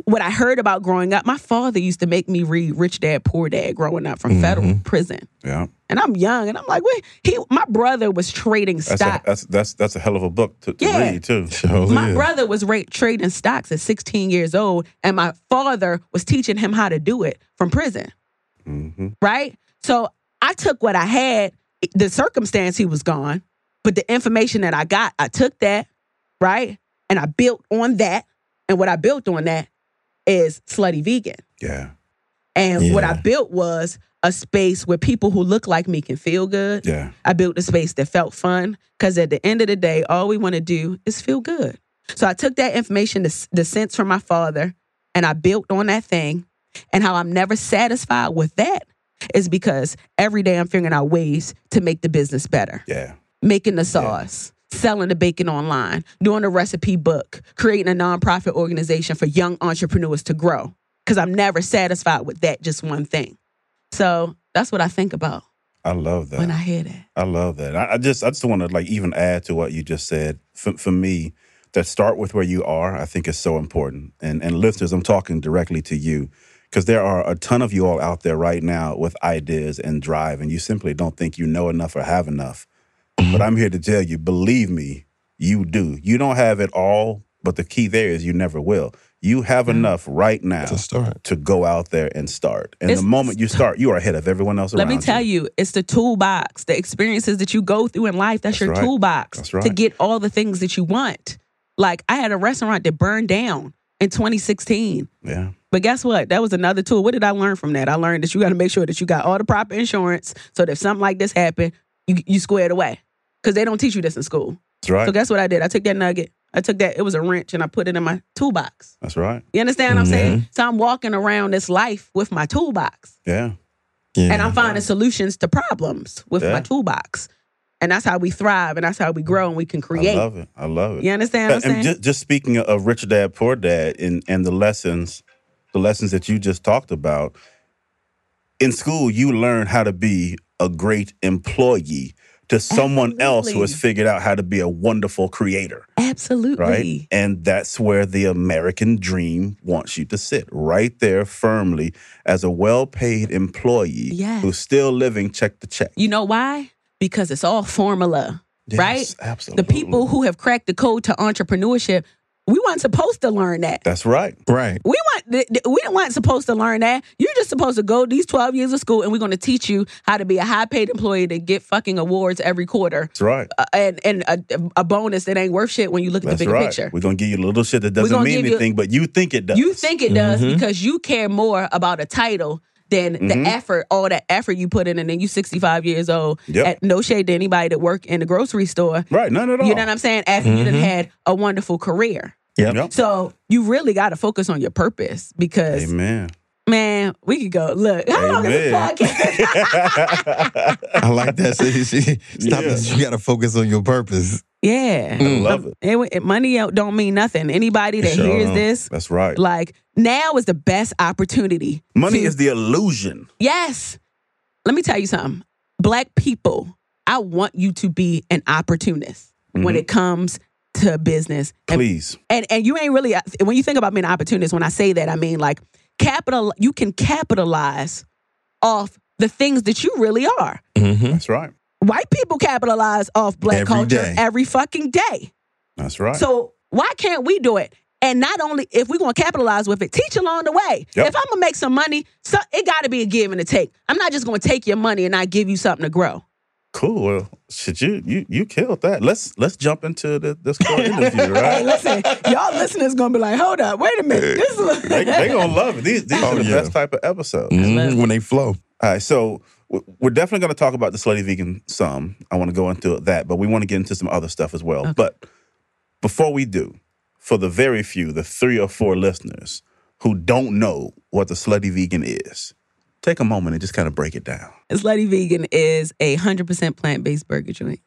what I heard about growing up, my father used to make me read Rich Dad Poor Dad growing up from federal Mm-hmm. prison. Yeah. And I'm young and I'm like, wait, he my brother was trading That's a, stocks. that's that's that's a hell of a book to, to Yeah. read too. Mm-hmm. So, My yeah. brother was ra- trading stocks at 16 years old, and my father was teaching him how to do it from prison, Mm-hmm. right? So I took what I had, the circumstance he was gone, but the information that I got, I took that, right? And I built on that. And what I built on that is Slutty Vegan. Yeah. And what I Yeah. built was a space where people who look like me can feel good. Yeah. I built a space that felt fun because at the end of the day, all we want to do is feel good. So I took that information, the, the sense from my father, and I built on that thing. And how I'm never satisfied with that is because every day I'm figuring out ways to make the business better Yeah. making the sauce, selling the bacon online, doing a recipe book, creating a nonprofit organization for young entrepreneurs to grow. Because I'm never satisfied with that just one thing. So That's what I think about I love that. when I hear that. I love that. I, I just I just want to like even add to what you just said. For, for me, that start with where you are, I think is so important. And and listeners, I'm talking directly to you because there are a ton of you all out there right now with ideas and drive, and you simply don't think you know enough or have enough. But I'm here to tell you, believe me, you do. You don't have it all, but the key there is you never will. You have enough right now to start to go out there and start. And It's- the <laughs> moment you start, you are ahead of everyone else Let around me tell you, it's the toolbox, the experiences that you go through in life. That's, That's your right. toolbox That's right. to get all the things that you want. Like I had a restaurant that burned down in 2016. Yeah. But guess what? That was another tool. What did I learn from that? I learned that you got to make sure that you got all the proper insurance so that if something like this happened, you you squared away. Because they don't teach you this in school. That's right. So guess what I did? I took that nugget. I took that. It was a wrench, and I put it in my toolbox. That's right. You understand what I'm Yeah. saying? So I'm walking around this life with my toolbox, Yeah. and I'm finding solutions to problems with Yeah. my toolbox, and that's how we thrive, and that's how we grow, and we can create. I love it. I love it. You understand what I'm and saying? ju- Just, speaking of rich dad, poor dad, and and the lessons, the lessons that you just talked about. In school, you learn how to be a great employee to someone else who has Absolutely. figured out how to be a wonderful creator, Absolutely. right? And that's where the American dream wants you to sit, right there firmly as a well-paid employee Yes. who's still living check to check. You know why? Because it's all formula, Yes, right? absolutely. The people who have cracked the code to entrepreneurship, we weren't supposed to learn that. That's right. Right. We want th- th- we weren't supposed to learn that. You're just supposed to go these 12 years of school, and we're going to teach you how to be a high paid employee to get fucking awards every quarter, That's right. uh, and and a, a bonus that ain't worth shit when you look at the bigger picture. We're gonna give you little shit that doesn't gonna mean give you- anything, but you think it does. You think it does Mhm. because you care more about a title than Mhm. the effort, all that effort you put in, and then you 65 years old. Yep. At no shade to anybody that work in the grocery store. Right, none at all. You know what I'm saying? After you done Mhm. had a wonderful career. Yep. So you really got to focus on your purpose because, <laughs> Amen. man, we could go. Look, how long is this Amen. podcast? <laughs> I like that. She- she- Stop this. You got to focus on your purpose. Yeah. I love Um, it- it- money out don't mean nothing. Anybody that Sure hears don't. this, That's right. Like, now is the best opportunity. Money to- is the illusion. Yes. Let me tell you something. Black people, I want you to be an opportunist when Mhm. it comes to business. And- Please. And, and you ain't really when you think about being an opportunist, when I say that, I mean like capital you can capitalize off the things that you really are. That's right. White people capitalize off black Every culture day. every fucking day. That's right. So why can't we do it? And not only if we're gonna capitalize with it, teach along the way. Yep. If I'm gonna make some money, so it gotta be a give and a take. I'm not just gonna take your money and not give you something to grow. cool. Well, shit, you you you killed that. Let's let's jump into the, this <laughs> core interview, right? Hey, <laughs> listen, y'all listeners gonna be like, hold up, wait a minute. This is <laughs> they, they gonna love it. These, these Oh, are the yeah. best type of episodes Mm-hmm. Mhm, when they flow. All right, so w- we're definitely gonna talk about the Slutty Vegan some. I want to go into that, but we want to get into some other stuff as well. But before we do, for the very few, the three or four listeners who don't know what the Slutty Vegan is, take a moment and just kind of break it down. Slutty Vegan is a hundred percent plant based burger joint.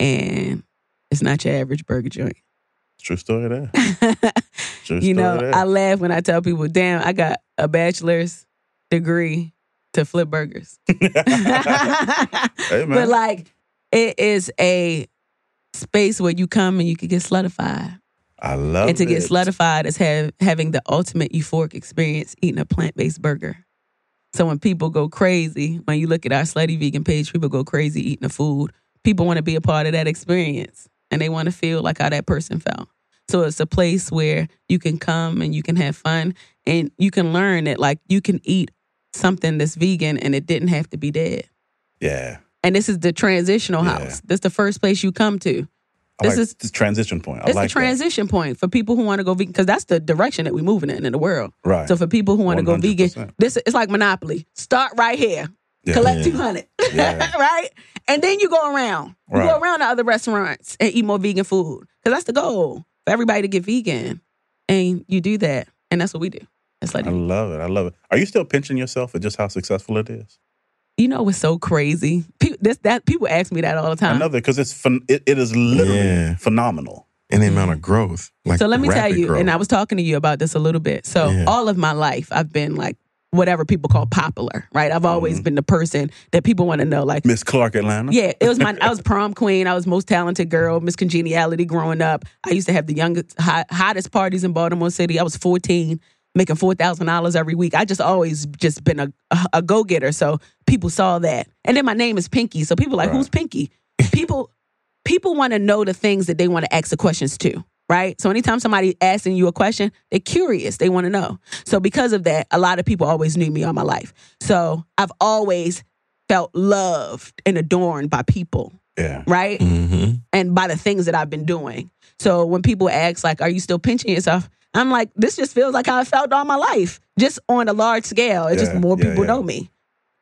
And it's not your average burger joint. <laughs> True story there. True you know, there. I laugh when I tell people, damn, I got a bachelor's degree to flip <laughs> burgers. <laughs> Hey, man. But like, it is a space where you come and you can get slutified. I love and to get it. slutified is have, having the ultimate euphoric experience eating a plant based burger. So when people go crazy, when you look at our slutty vegan page, people go crazy eating the food. People want to be a part of that experience and they want to feel like how that person felt. So it's a place where you can come and you can have fun and you can learn that like you can eat something that's vegan and it didn't have to be dead. Yeah. And this is the transitional house. This is the first place you come to. I This like is this transition point. I it's like the transition point for people who want to go vegan because that's the direction that we're moving in in the world. Right. So for people who want to go vegan, 100%. this it's like Monopoly. Start right here, Yeah. collect Yeah. two hundred, <laughs> Yeah. right, and then you go around. You go Right. around to other restaurants and eat more vegan food because that's the goal for everybody to get vegan, and you do that, and that's what we do. It's like I love it. I love it. Are you still pinching yourself at just how successful it is? you know what's so crazy. People, this, that people ask me that all the time. Another because it's phen- it, it is literally phenomenal. And the amount of growth. Like so let me tell rapid you, growth. and I was talking to you about this a little bit. So all of my life, I've been like whatever people call popular, right? I've Mm-hmm. always been the person that people want to know, like Miss Clark Atlanta. yeah, it was my. I was prom queen. I was most talented girl. Miss Congeniality growing up. I used to have the youngest, hot, hottest parties in Baltimore City. I was fourteen, making four thousand dollars every week. I just always just been a a, go getter. So people saw that, and then my name is Pinky. So people like, who's <laughs> Pinky? People people want to know the things that they want to ask the questions to, right? So anytime somebody asking you a question, they're curious. They want to know. So because of that, a lot of people always knew me all my life. So I've always felt loved and adorned by people, Yeah. Mm. right? Mm-hmm. And by the things that I've been doing. So when people ask, like, are you still pinching yourself? I'm like, this just feels like how I felt all my life, just on a large scale. It's Yeah, just more yeah, people yeah. know me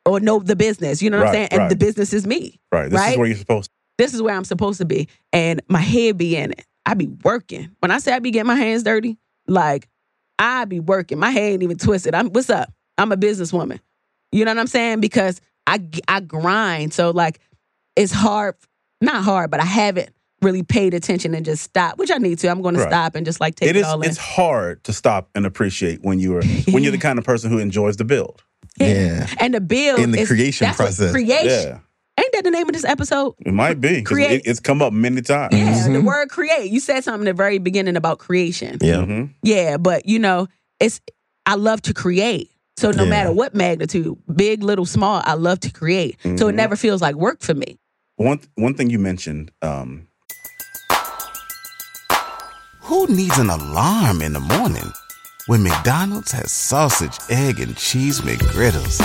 or know the business. You know what Right, I'm saying? And right. the business is me Right. This is Right? where you're supposed this is where I'm supposed to be. And my head be in it. I be working. When I say I be getting my hands dirty, like I be working. My head ain't even twisted. I'm what's up? I'm a businesswoman. You know what I'm saying? Because I g- I grind. So like it's hard, not hard, but I haven't really paid attention and just stop, which I need to. I'm going to Right. stop and just like take it, it is all in. it's hard to stop and appreciate when you're when you're the kind of person who enjoys the build. Yeah. And the build In the is- creation that's what- process. Creation. Yeah. Ain't that the name of this episode? It might be 'cause Create- it, it's come up many times. Yeah, the word create. You said something at the very beginning about creation. Yeah. Mhm. Yeah, but you know, it's I love to create. So no Yeah. matter what magnitude, big, little, small, I love to create. So Mm-hmm. it never feels like work for me. One one thing you mentioned um, Who needs an alarm in the morning when McDonald's has sausage, egg, and cheese McGriddles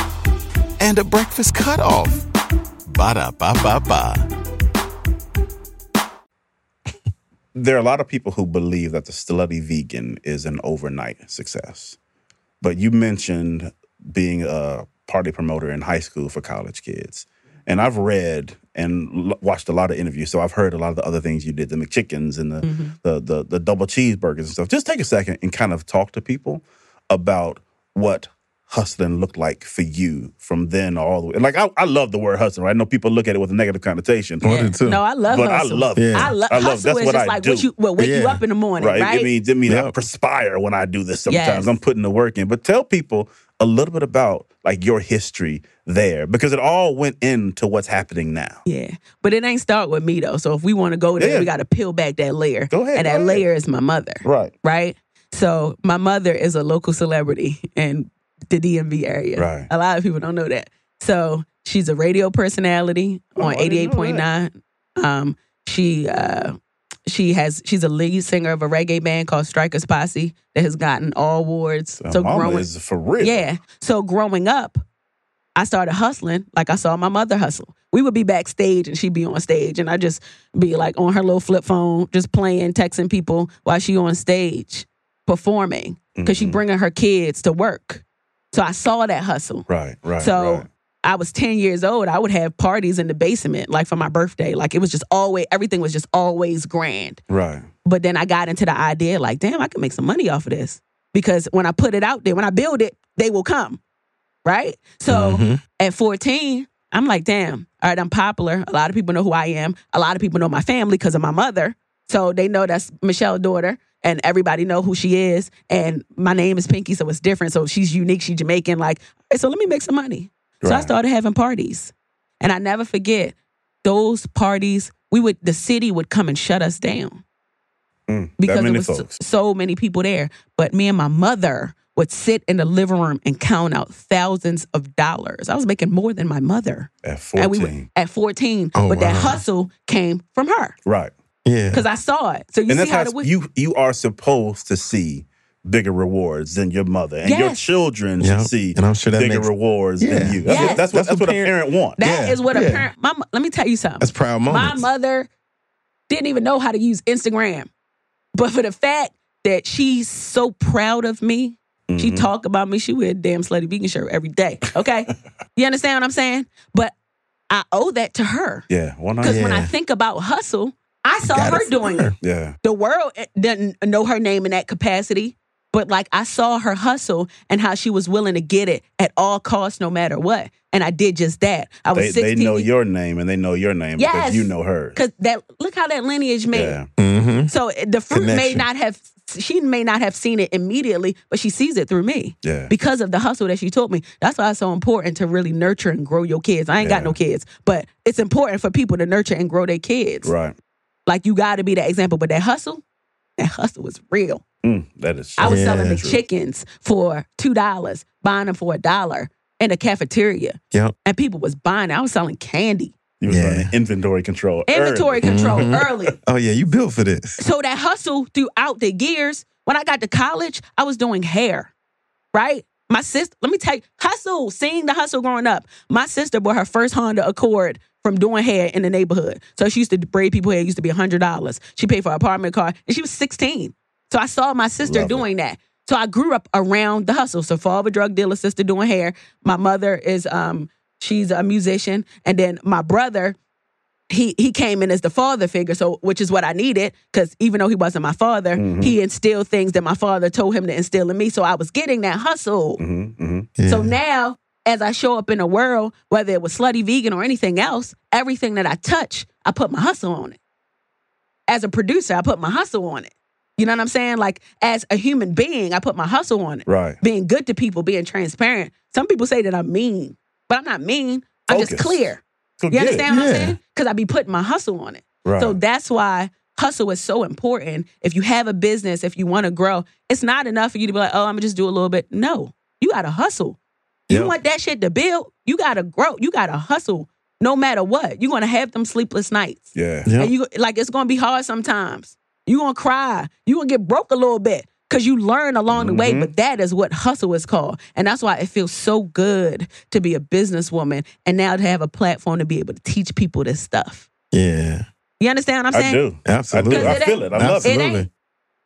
and a breakfast cutoff? Ba da ba ba ba. there are a lot of people who believe that the slutty vegan is an overnight success. But you mentioned being a party promoter in high school for college kids. And I've read and l- watched a lot of interviews, so I've heard a lot of the other things you did, the McChickens and the, Mm-hmm. the, the, the double cheeseburgers and stuff. Just take a second and kind of talk to people about what hustling looked like for you from then all the way. Like, I, I love the word hustling, right? I know people look at it with a negative connotation. More than two. No, I love But I hustle. love it. I, lo- I love- hustle that's is what just I like do. what you what wake you Yeah. up in the morning, right? right? It means it means I Yep. perspire when I do this sometimes. Yes. I'm putting the work in. But tell people a little bit about like your history there because it all went into what's happening now. yeah. But it ain't start with me though. So if we want to go there, Yeah. we gotta peel back that layer. Go ahead, And go that ahead. layer is my mother. Right. right? So my mother is a local celebrity in the DMV area. Right. A lot of people don't know that. So she's a radio personality Oh, on I didn't know that. 88.9. Um, she uh, she has she's a lead singer of a reggae band called Strikers Posse that has gotten all awards. So mama is for real. Yeah. So growing up, I started hustling like I saw my mother hustle. We would be backstage and she'd be on stage and I just be like on her little flip phone, just playing, texting people while she on stage performing because Mm-hmm. she bringing her kids to work. So I saw that hustle. Right. Right. So right. I was 10 years old. I would have parties in the basement like for my birthday. Like it was just always, everything was just always grand. Right. But then I got into the idea like, damn, I can make some money off of this. Because when I put it out there, when I build it, they will come. Right? So Mm-hmm. at 14, I'm like, damn, all right, I'm popular. A lot of people know who I am. A lot of people know my family because of my mother. So they know that's Michelle's daughter and everybody know who she is. And my name is Pinky, so it's different. So she's unique, she's Jamaican. Like, all right, so let me make some money. So I Right. started having parties. And I never forget those parties, we would the city would come and shut us down Mm, because there that many was so, folks. so many people there. But me and my mother would sit in the living room and count out thousands of dollars. I was making more than my mother. At And we 14. were at 14, Oh, but that wow. hustle came from her right. Yeah. because I saw it. So you and see that's how how the wi- you you are supposed to see bigger rewards than your mother and your Yes. children Yep. should see And I'm sure that bigger makes- rewards Yeah. than you. That's, Yes. what, that's, what, That's that's what what a parent wants. That is Yeah, what yeah. a parent. My, mo- let me tell you something. That's proud my moments. mother didn't even know how to use Instagram, but for the fact that she's so proud of me, Mm-hmm. she talk about me. She wear a damn slutty vegan shirt every day. <laughs> Okay, you understand what I'm saying? But I owe that to her Yeah. One because when I Yeah. think about hustle, I saw got it her from doing her. it. Yeah. The world doesn't know her name in that capacity. But like I saw her hustle and how she was willing to get it at all costs, no matter what. And I did just that. I was They, 16. they <laughs> know your name and they know your name because Yes. you know hers. Cause that look how that lineage made. Yeah. Mm-hmm. So it- the fruit may Connection. not have she may not have seen it immediately, but she sees it through me. Yeah. Because of the hustle that she taught me. That's why it's so important to really nurture and grow your kids. I ain't got Yeah. no kids, but it's important for people to nurture and grow their kids. Right. Like you gotta be that example. But that hustle, that hustle is real. Mm, that is. I was true. selling the True. chickens for two dollars, buying them for a dollar in the cafeteria. Yep. And people was buying. it. I was selling candy. You was learning inventory control. Inventory early. control early. Oh yeah, you built for this. So that hustle throughout the years, when I got to college, I was doing hair, right? My sister, let me tell you, hustle, seeing the hustle growing up. My sister bought her first Honda Accord from doing hair in the neighborhood. So she used to braid people hair, it used to be $100. She paid for her apartment car, and she was 16. So I saw my sister Love it. doing that. So I grew up around the hustle. So father drug dealer, sister doing hair. My mother is um she's a musician and then my brother he he came in as the father figure, so which is what I needed because even though he wasn't my father, he instilled things that my father told him to instill in me. So I was getting that hustle. Mhm, mhm. So now, as I show up in the world, whether it was slutty vegan or anything else, everything that I touch, I put my hustle on it. As a producer, I put my hustle on it. You know what I'm saying? Like as a human being, I put my hustle on it. Right. Being good to people, being transparent. Some people say that I'm mean, but I'm not mean. I'm just Focus. clear. Go You get it. understand what I'm Yeah. saying? Because I be putting my hustle on it. Right. So that's why hustle is so important. If you have a business, if you want to grow, it's not enough for you to be like, oh, I'm gonna just do a little bit. No, you gotta hustle. You Yep. want that shit to build, you gotta grow, you gotta hustle. No matter what, you're gonna have them sleepless nights. yeah. Yep. And you like it's gonna be hard sometimes. you gonna cry. you gonna get broke a little bit because you learn along the way, Mm-hmm. but that is what hustle is called. And that's why it feels so good to be a businesswoman and now to have a platform to be able to teach people this stuff. Yeah, You understand what I'm I saying? do. Absolutely. I, do. I feel it. I love it. ain't-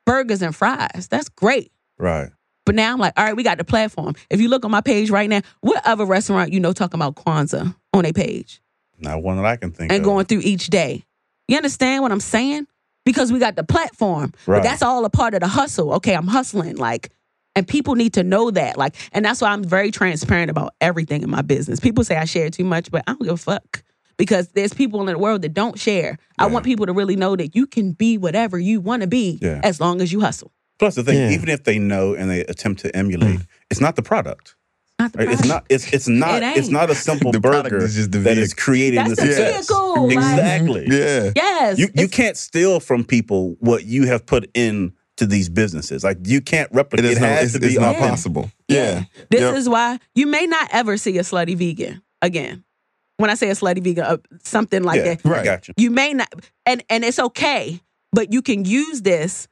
burgers and fries. That's great. Right. But now I'm like, all right, we got the platform. If you look on my page right now, what other restaurant you know talking about Kwanzaa on their page Not one that I can think and of. going through each day? You understand what I'm saying? Because we got the platform. Right. But that's all a part of the hustle. Okay, I'm hustling. Like, and people need to know that. Like, and that's why I'm very transparent about everything in my business. People say I share too much, but I don't give a fuck. Because there's people in the world that don't share. I want people to really know that you can be whatever you want to be Yeah. as long as you hustle. Plus the thing, Yeah. Mm. even if they know and they attempt to emulate, it's not the product. Not the Right? It's product. not. It's it's not. ain't. it's not a simple <laughs> The product burger is just the that is vehicle. creating That's the success. vehicle, like- Exactly. Yeah. Yes. You you It's- can't steal from people what you have put in to these businesses. Like you can't It replicate. is It, not, has it's, to be it's not authentic. possible. Yeah. This Yep. is why you may not ever see a slutty vegan again. When I say a slutty vegan, uh, something like yeah, that. I Right. got you. You may not, and and it's okay, but you can use this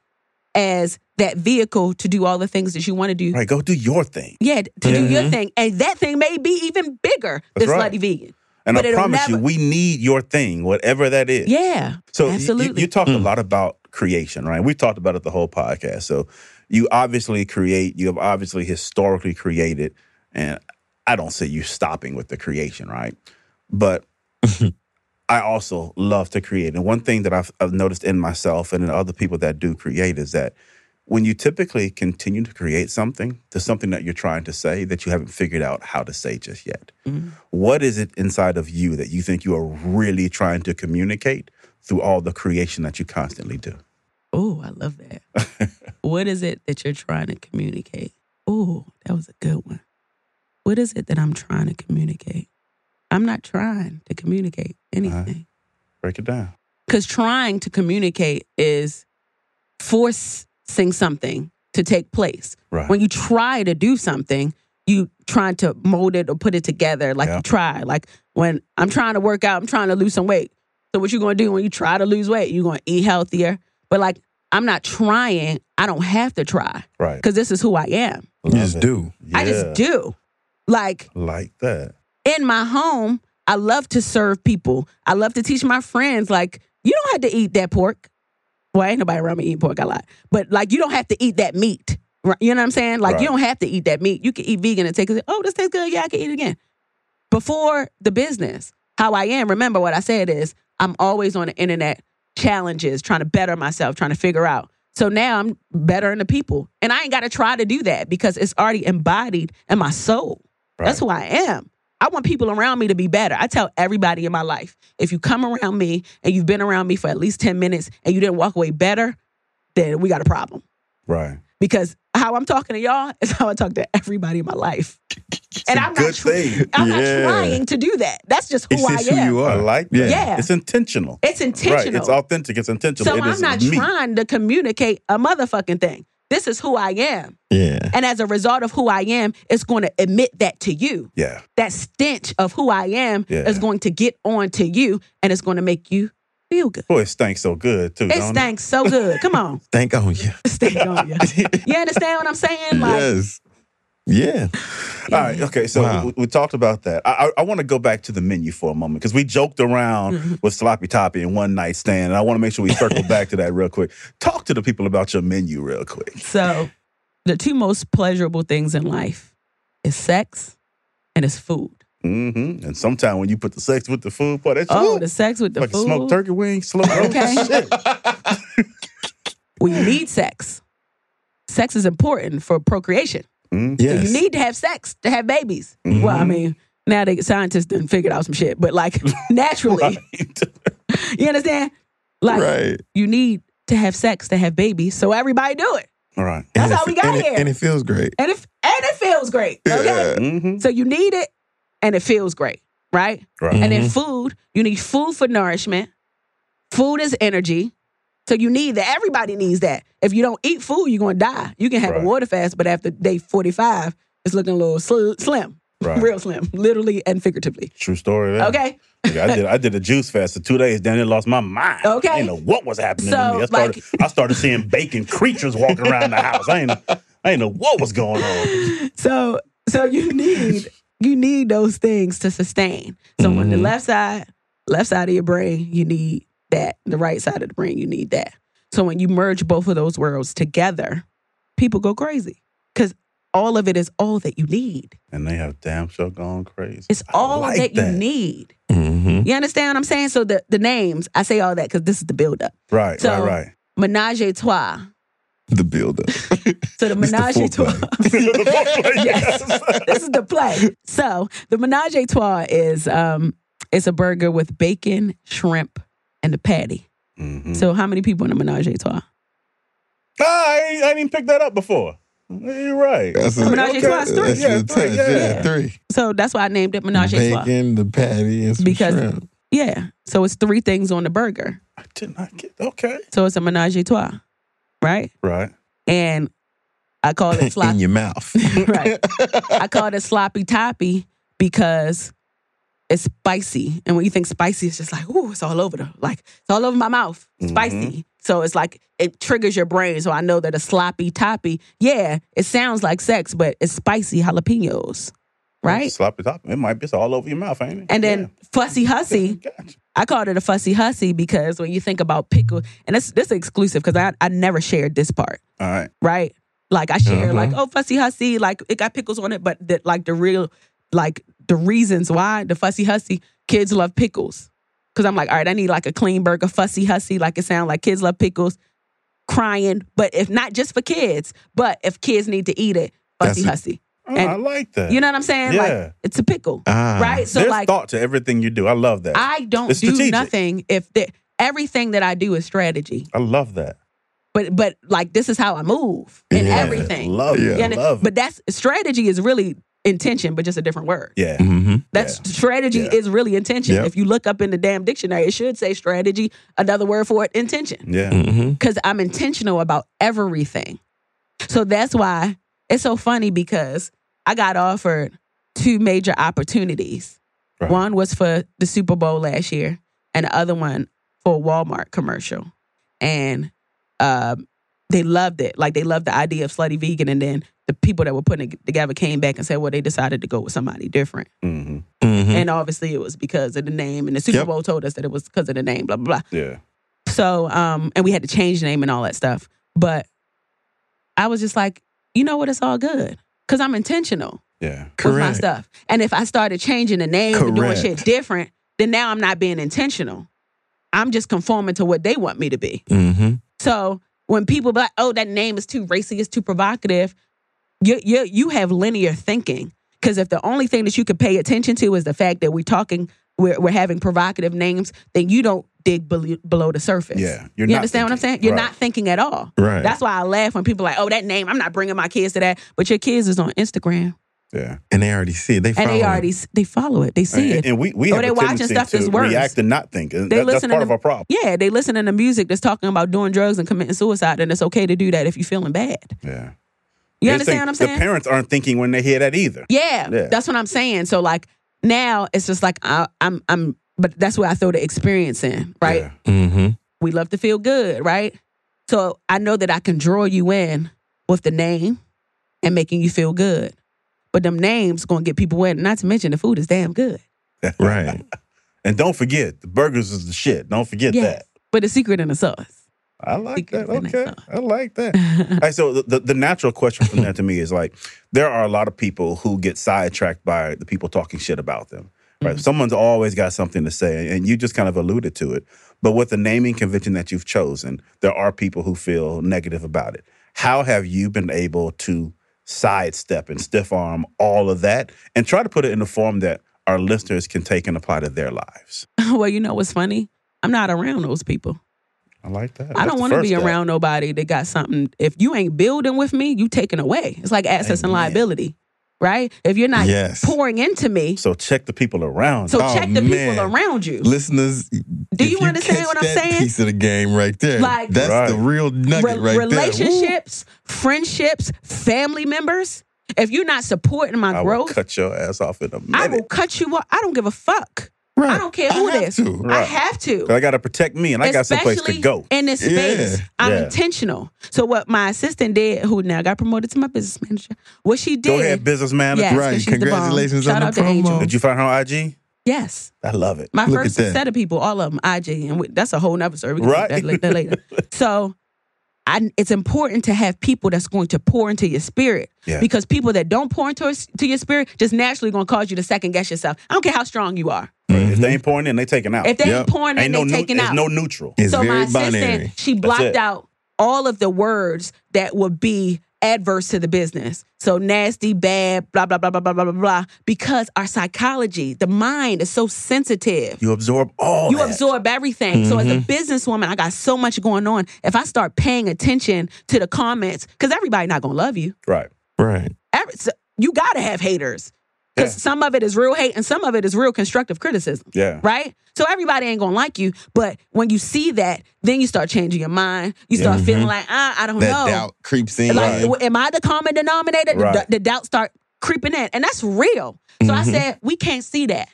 as that vehicle to do all the things that you want to do. Right. Go do your thing. Yeah, to do your thing, and that thing may be even bigger That's than right. slutty vegan. And But I it'll promise you, never- we need your thing, whatever that is. Yeah, So y- y- absolutely. you, talked a Mm. lot about creation, right? We've talked about it the whole podcast. So you obviously create, you have obviously historically created, and I don't say you stopping with the creation, right? But Mm-hmm. I also love to create. And one thing that I've, I've noticed in myself and in other people that do create is that when you typically continue to create something, there's something that you're trying to say that you haven't figured out how to say just yet. Mm-hmm. What is it inside of you that you think you are really trying to communicate through all the creation that you constantly do? oh, I love that. what is it that you're trying to communicate? Oh, that was a good one. What is it that I'm trying to communicate? I'm not trying to communicate anything. Break it down. because trying to communicate is forcing something to take place. Right. When you try to do something, you trying to mold it or put it together. Like Yeah. you try. Like when I'm trying to work out, I'm trying to lose some weight. So what you gonna do when you try to lose weight? You're gonna eat healthier. But like I'm not trying. I don't have to try Right. because this is who I am. You just do. I just do. Like Like that. in my home, I love to serve people. I love to teach my friends, like, you don't have to eat that pork. Well, ain't nobody around me eating pork a lot, but like, you don't have to eat that meat. Right? You know what I'm saying? Like, Right. you don't have to eat that meat. You can eat vegan and take it, oh, this tastes good. Yeah, I can eat it again. Before the business, how I am, remember what I said is I'm always on the internet challenges, trying to better myself, trying to figure out. So now I'm bettering the people. And I ain't got to try to do that because it's already embodied in my soul. That's who I am. I want people around me to be better. I tell everybody in my life if you come around me and you've been around me for at least 10 minutes and you didn't walk away better, then we got a problem. Right. Because how I'm talking to y'all <laughs> is how I talk to everybody in my life. and I'm, not, good tr- thing. I'm Yeah. not trying to do that. That's just who it's I just am. who you are. I like that. Yeah. It's intentional. It's Right. intentional. It's authentic. It's intentional. so It I'm is not me. trying to communicate a motherfucking thing. This is who I am. Yeah. And as a result of who I am, it's going to admit that to you. Yeah. That stench of who I am Yeah. is going to get on to you and it's going to make you feel good. Boy, it stinks so good too. It don't stinks so good. Come <laughs> on. Thank oh, on you. Stink on you. You understand what I'm saying? Like, Yes. Yeah. All right. Okay. So Wow. we, we talked about that. I, I, I want to go back to the menu for a moment because we joked around with sloppy toppy and one night stand, and I want to make sure we <laughs> circle back to that real quick. Talk to the people about your menu real quick. So, the two most pleasurable things in life is sex and it's food. Mm-hmm. And sometimes when you put the sex with the food, boy, that's Oh, the sex with the like food. smoked turkey wings, slow <laughs> <laughs> okay. We need sex. Sex is important for procreation. Mm-hmm. So Yes. Mm-hmm. you need to have sex to have babies. Well, I mean, now they scientists done figured out some shit, but <laughs> like <laughs> naturally, <laughs> you understand? Like right. you need to have sex to have babies, so everybody do it, All right. That's And how it- we got and it- here. and it feels great. and if and it feels great. Okay, Mm-hmm. so you need it, and it feels great, right? Right. And Mm-hmm. then food, you need food for nourishment. Food is energy. So you need that. Everybody needs that. If you don't eat food, you're going to die. You can have Right. a water fast, but after day 45, it's looking a little sl- slim, Right. real slim, literally and figuratively. True story. there. Okay? Yeah, I did. I did a juice fast for two days. Then it lost my mind. Okay. I didn't know what was happening to So, me. I started. I started seeing bacon creatures walking around the house. I ain't. I ain't know what was going on. So so <laughs> you need you need those things to sustain. So on Mm-hmm. the left side, left side of your brain, you need that. The right side of the brain, you need that. So when you merge both of those worlds together, people go crazy because all of it is all that you need. And they have damn sure gone crazy. It's I all like that, you need. Mm-hmm. You understand what I'm saying? So the the names, I say all that because this is the buildup. Right. So- right. Right. Menage a trois. The builder. So the <laughs> menage a <laughs> trois. <laughs> this is the play. So the menage a trois is um it's a burger with bacon, shrimp, and a patty. Mm-hmm. Mhm. So how many people in a menage a trois? Ah, I, ain't- I didn't pick that up before. You're right. That's a, Menage a trois is three. That's Yeah, a three, touch. yeah. Yeah, three. So that's why I named it menage a trois. Bacon, the patty, and some Because- shrimp. Yeah. So it's three things on the burger. I did not get. Okay. So it's a menage a trois, right? Right. And I call <laughs> it in sloppy. your mouth. right. I call it sloppy toppy because it's spicy. And when you think spicy, it's just like, ooh, it's all over the like it's all over my mouth. Spicy. So it's like it triggers your brain. So I know that a sloppy toppy, yeah, it sounds like sex, but it's spicy jalapenos. Right? Sloppy top. It might be it's all over your mouth, ain't it? And then fussy hussy. Yeah. Gotcha. I called it a fussy hussy because when you think about pickle, and this this is exclusive because I, I never shared this part All right. right? Like I share, Mm-hmm. Uh-huh. like oh fussy hussy, like it got pickles on it, but the, like the real, like the reasons why the fussy hussy kids love pickles. Cause I'm like, all right, I need like a clean burger, fussy hussy, like it sounds like kids love pickles, crying. But if not just for kids, but if kids need to eat it, fussy That's- hussy. Oh, And I like that. You know what I'm saying? Yeah. Uh, Like it's a pickle, Ah. right? So There's like, thought to everything you do. I love that. I don't do It's strategic. nothing if the, everything that I do is strategy. I love that. But but like this is how I move in Yeah. everything. Love it. Yeah, and- Love it. but that's strategy is really intention, but just a different word. yeah. Mm-hmm. That's strategy Yeah. is really intention. Yep. If you look up in the damn dictionary, it should say strategy, another word for it, intention. Yeah. Mm-hmm. Because I'm intentional about everything. So that's why it's so funny because I got offered two major opportunities. Right. One was for the Super Bowl last year, and the other one for a Walmart commercial. And um, they loved it. Like they loved the idea of slutty vegan. And then the people that were putting it together came back and said, well, they decided to go with somebody different. hmm Mm-hmm. And obviously it was because of the name. And the Super Yep. Bowl told us that it was because of the name, blah, blah, blah. Yeah. So, um, and we had to change the name and all that stuff. But I was just like, you know what? It's all good. Cause I'm intentional Yeah. with my Correct. stuff. And if I started changing the name and doing Correct. shit different, then now I'm not being intentional. I'm just conforming to what they want me to be. Mm-hmm. So when people be like, oh, that name is too racy, it's too provocative, you, you, you have linear thinking. Because if the only thing that you could pay attention to is the fact that we're talking, we're, we're having provocative names, then you don't dig below, below the surface. Yeah, you you're not understand what I'm saying? thinking. You're Right. not thinking at all. Right. That's why I laugh when people are like, oh, that name. I'm not bringing my kids to that. But your kids is on Instagram, Yeah. And they already see it. They and follow they it. already s- they follow it. They see And, it. and we, we Or have Oh, they a watching tendency stuff to that's worse. react and not think. And They that- that's listening part to- of our problem. Yeah, they listening to music that's talking about doing drugs and committing suicide, and it's okay to do that if you're feeling bad. Yeah. You They understand think- what I'm saying? The parents aren't thinking when they hear that either. Yeah, Yeah. that's what I'm saying. So like now it's just like I, I'm I'm, but that's where I throw the experience in, right? Mm-hmm. <laughs> We love to feel good, right? So I know that I can draw you in with the name and making you feel good, but them names gonna get people in. Not to mention the food is damn good. Right. And don't forget, the burgers is the shit. Don't forget Yes. that. But the secret in the sauce. <laughs> I like Secret that. in the Okay. I <laughs> like that. All right, so the, the, the natural question from that to me is like, there are a lot of people who get sidetracked by the people talking shit about them. Mm-hmm. Right. Someone's always got something to say, and you just kind of alluded to it. But with the naming convention that you've chosen, there are people who feel negative about it. How have you been able to sidestep and stiff arm all of that and try to put it in a form that our listeners can take and apply to their lives? well, you know what's funny? I'm not around those people. I like that. I don't want to be around nobody that got something. If you ain't building with me, you taking away. It's like assets and liability, right? If you're not Yes. pouring into me, So check the people around. so Oh, check the man. people around you. Listeners, do you understand what I'm saying? Piece of the game right there. Like- that's the Right. real nugget Re- right there. relationships, friendships, family members. If you're not supporting my I will growth, cut your ass off in a minute. I will cut you off. I don't give a fuck. Woo. I don't care who I have it is. to. I Right. have to. 'Cause I got to protect me, and I got someplace to Especially go. In this space, Yeah. I'm Yeah. intentional. So what my assistant did, who now got promoted to my business manager, what she did. Go ahead, business man. Yes, 'cause Right. she's the bomb. Congratulations Shout on the out to Angel. promo. Did you find her on IG? Yes. I love it. My Look first at that. set of people, all of them, IG, and we, that's a whole nother story. We can Right. do that, la- that <laughs> later. so, I, it's important to have people that's going to pour into your spirit. Yeah. Because people that don't pour into us- to your spirit just naturally going to cause you to second guess yourself. I don't care how strong you are. If they ain't pouring in, they taking out. If they Mm-hmm. Yep. ain't pouring in, ain't no they neu- taking there's out. no neutral. It's so my very assistant, binary. she blocked it. out all of the words that would be adverse to the business. So nasty, bad, blah blah blah blah blah blah blah blah. Because our psychology, the mind, is so sensitive. You absorb Oh, all. You that. absorb everything. So as a businesswoman, I got so much going on. If I start paying attention to the comments, because everybody not gonna love you. Right. Right. Every, so you gotta have haters. Because Yeah. some of it is real hate and some of it is real constructive criticism. Yeah. Right? So everybody ain't gonna like you. But when you see that, then you start changing your mind. You start feeling like, ah, I don't That know. doubt creeps in. Like, w- am I the common denominator? The- Right. The, doubt start creeping in, and that's real. So Mm-hmm. I said we can't see that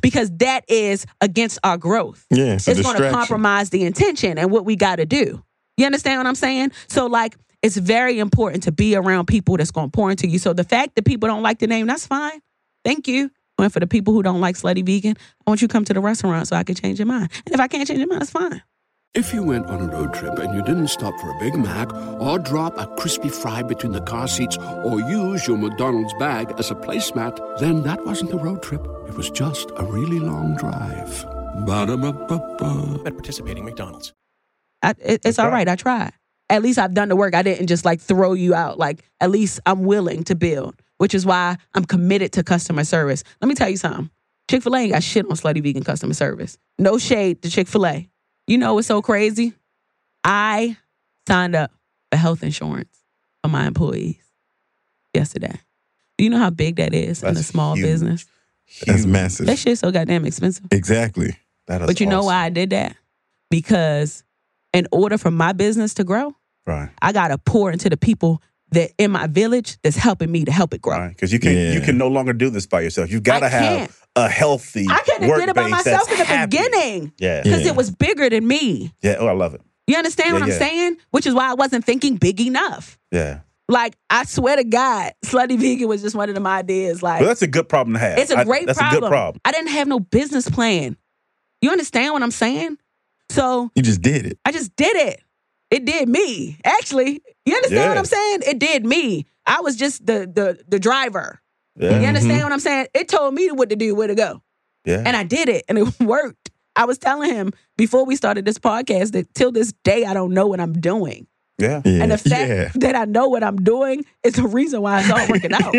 because that is against our growth. Yeah, it's a going to distraction. compromise the intention and what we got to do. You understand what I'm saying? So like, it's very important to be around people that's going to pour into you. So the fact that people don't like the name, that's fine. Thank you. And for the people who don't like slutty vegan, I want you to come to the restaurant so I can change your mind. And if I can't change your mind, it's fine. If you went on a road trip and you didn't stop for a Big Mac or drop a crispy fry between the car seats or use your McDonald's bag as a placemat, then that wasn't a road trip. It was just a really long drive. Ba-da-ba-ba-ba. At participating McDonald's. I, it, it's all right. I tried. At least I've done the work. I didn't just like throw you out. Like at least I'm willing to build, which is why I'm committed to customer service. Let me tell you something. Chick Fil A ain't got shit on slutty vegan customer service. No shade to Chick Fil A. You know what's so crazy? I signed up for health insurance for my employees yesterday. Do you know how big that is in a That's small huge. business? That's Huge. massive. That shit's so goddamn expensive. Exactly. That is but you know awesome. why I did that? Because in order for my business to grow, Right. I gotta pour into the people that in my village that's helping me to help it grow. Right. Because you can Yeah. you can no longer do this by yourself. You've got I to can't. have a healthy. I couldn't have work did it by base myself that's in the happy. beginning Yeah. because Yeah. it was bigger than me. Yeah. Oh, I love it. You understand Yeah, what I'm yeah. saying? Which is why I wasn't thinking big enough. Yeah. Like I swear to God, slutty vegan was just one of them ideas. Like But that's a good problem to have. It's a I- great that's problem. a good problem. I didn't have no business plan. You understand what I'm saying? So You just did it. I just did it. It did me. Actually, you understand what Yeah. I'm saying? It did me. I was just the the the driver. Yeah. You understand what I'm saying? It told me what to do, where to go. Mm-hmm. Yeah. And I did it and it <laughs> worked. I was telling him before we started this podcast that till this day I don't know what I'm doing. yeah. Yeah. And the fact yeah. <laughs> that I know what I'm doing is the reason why it's all working out.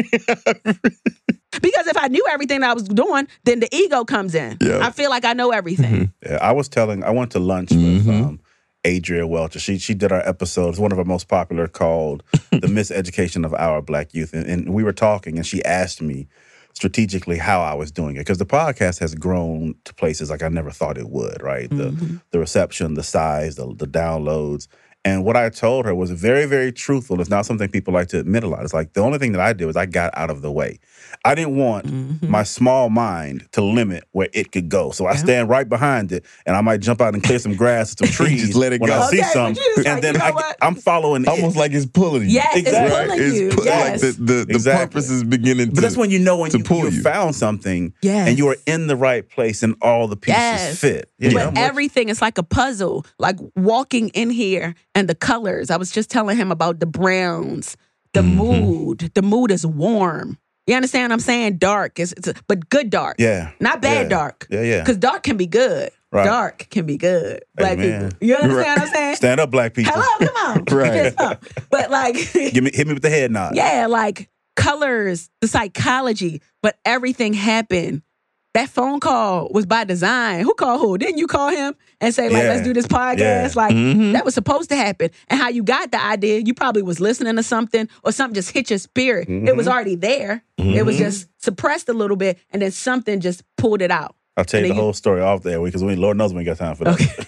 Because if I knew everything that I was doing, then the ego comes in. Yeah. I feel like I know everything. Yeah, I was telling. I went to lunch with Mm-hmm. um, Adria Welcher. She she did our episode. It's one of our most popular <laughs> called "The Miseducation of Our Black Youth," and, and we were talking, and she asked me strategically how I was doing it because the podcast has grown to places like I never thought it would. Right, Mm-hmm. the the reception, the size, the the downloads. And what I told her was very, very truthful. It's not something people like to admit a lot. It's like the only thing that I did was I got out of the way. I didn't want Mm-hmm. my small mind to limit where it could go. So I stand right behind it and I might jump out and clear some grass <laughs> and some trees let it when go. I see Okay, but some. you just And like, then you know I, what? I'm following it. Almost like it's pulling you. Yes, it's Exactly. pulling It's you. pu- yes. like the, the, the Exactly. purpose is beginning to But that's when you know when to you, pull you you. found something Yes. and you are in the right place and all the pieces Yes. fit. You but know? everything is like a puzzle. Like walking in here and the colors. I was just telling him about the browns, the Mm-hmm. mood. The mood is warm. You understand what I'm saying? Dark is, it's a- but good dark. Yeah. Not bad Yeah. dark. Yeah, yeah. Because dark can be good. Right. Dark can be good. Black Amen. people. You understand what I'm saying? Stand up, black people. Hello, come <laughs> on. Right. Come on. But like, <laughs> Give me, hit me with the head nod. yeah, like colors, the psychology, but everything happened. That phone call was by design. Who called who? Didn't you call him and say, like, Yeah. let's do this podcast? Yeah. Like, that was supposed to happen. And how you got the idea, you probably was listening to something or something just hit your spirit. It Mm-hmm. was already there. It was just suppressed a little bit, and then something just pulled it <laughs> out. I'll tell And you the then you- whole story off there because we, Lord knows we ain't got time for that.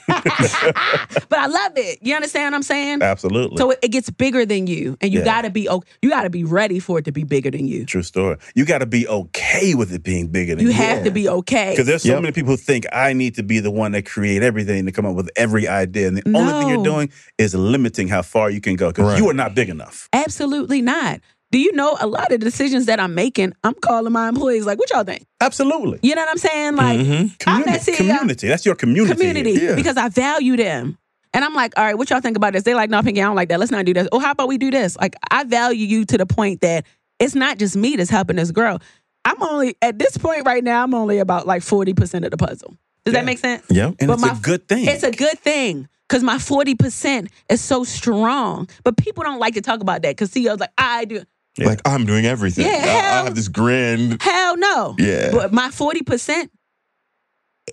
But I love it. You understand what I'm saying? <laughs> Absolutely. So it, it gets bigger than you, and you Yeah. gotta be okay. You gotta be ready for it to be bigger than you. True story. You got to be okay with it being bigger than You have to be okay. Because there's so Yep. many people who think I need to be the one that create everything to come up with every idea, and the only thing you're No. doing is limiting how far you can go because Right. you are not <laughs> big enough. Absolutely not. Do you know a lot of decisions that I'm making? I'm calling my employees like, "What y'all think?" Absolutely. You know what I'm saying? Like, Mm-hmm. Mm-hmm. I'm that Community. CEO. community. That's your community. here. community Yeah. because I value them. And I'm like, all right, what y'all think about this? They like, no, Pinky, I don't like that. Let's not do this. Oh, how about we do this? Like, I value you to the point that it's not just me that's helping us grow. I'm only at this point right now. I'm only about like forty percent of the puzzle. Does Yeah. that make sense? Yeah. And But it's my- a good thing. It's a good thing because my 40% is so strong. But people don't like to talk about that because CEO's like, I do. Like I'm doing everything. Yeah, I, I hell- have this grand. Hell no. Yeah. But my 40%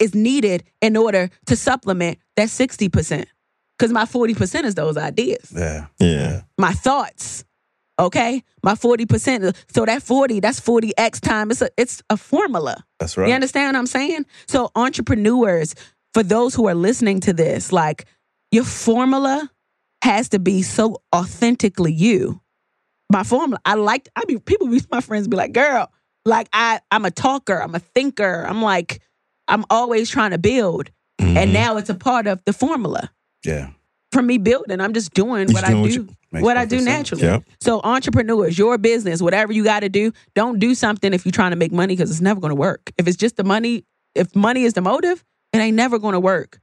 is needed in order to supplement that 60%. Because my 40% is those ideas, yeah. Yeah. my thoughts. Okay? My 40%. So that 40, that's 40x time. It's a it's a formula. That's right. You understand what I'm saying? So, entrepreneurs, for those who are listening to this, like your formula has to be so authentically you. My formula, I like, I be, people, be, my friends be like, girl, like I, I'm a talker, I'm a thinker, I'm like, I'm always trying to build. And now it's a part of the formula yeah. for me building. I'm just doing You're what doing I what do, you- Makes what I do perfect sense. naturally. Yep. So entrepreneurs, your business, whatever you got to do, don't do something if you're trying to make money because it's never going to work. If it's just the money, if money is the motive, it ain't never going to work.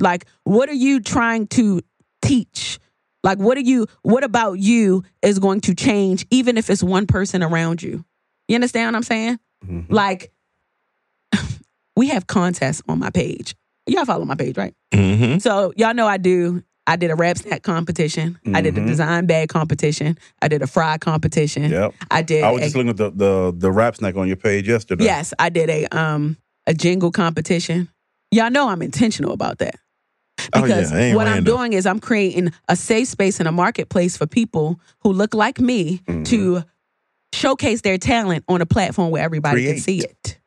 Like, what are you trying to teach? Like, what are you? What about you is going to change, even if it's one person around you? You understand what I'm saying? Like, we have contests on my page. Y'all follow my page, right? Mm-hmm. So y'all know I do. I did a rap snack competition. I did a design bag competition. I did a fry competition. Yep. I did. I was a- just looking at the, the, the rap snack on your page yesterday. yes, I did a um a jingle competition. Y'all know I'm intentional about that Oh yeah. because I ain't what I'm random. doing is I'm creating a safe space and a marketplace for people who look like me to showcase their talent on a platform where everybody can Create. see it.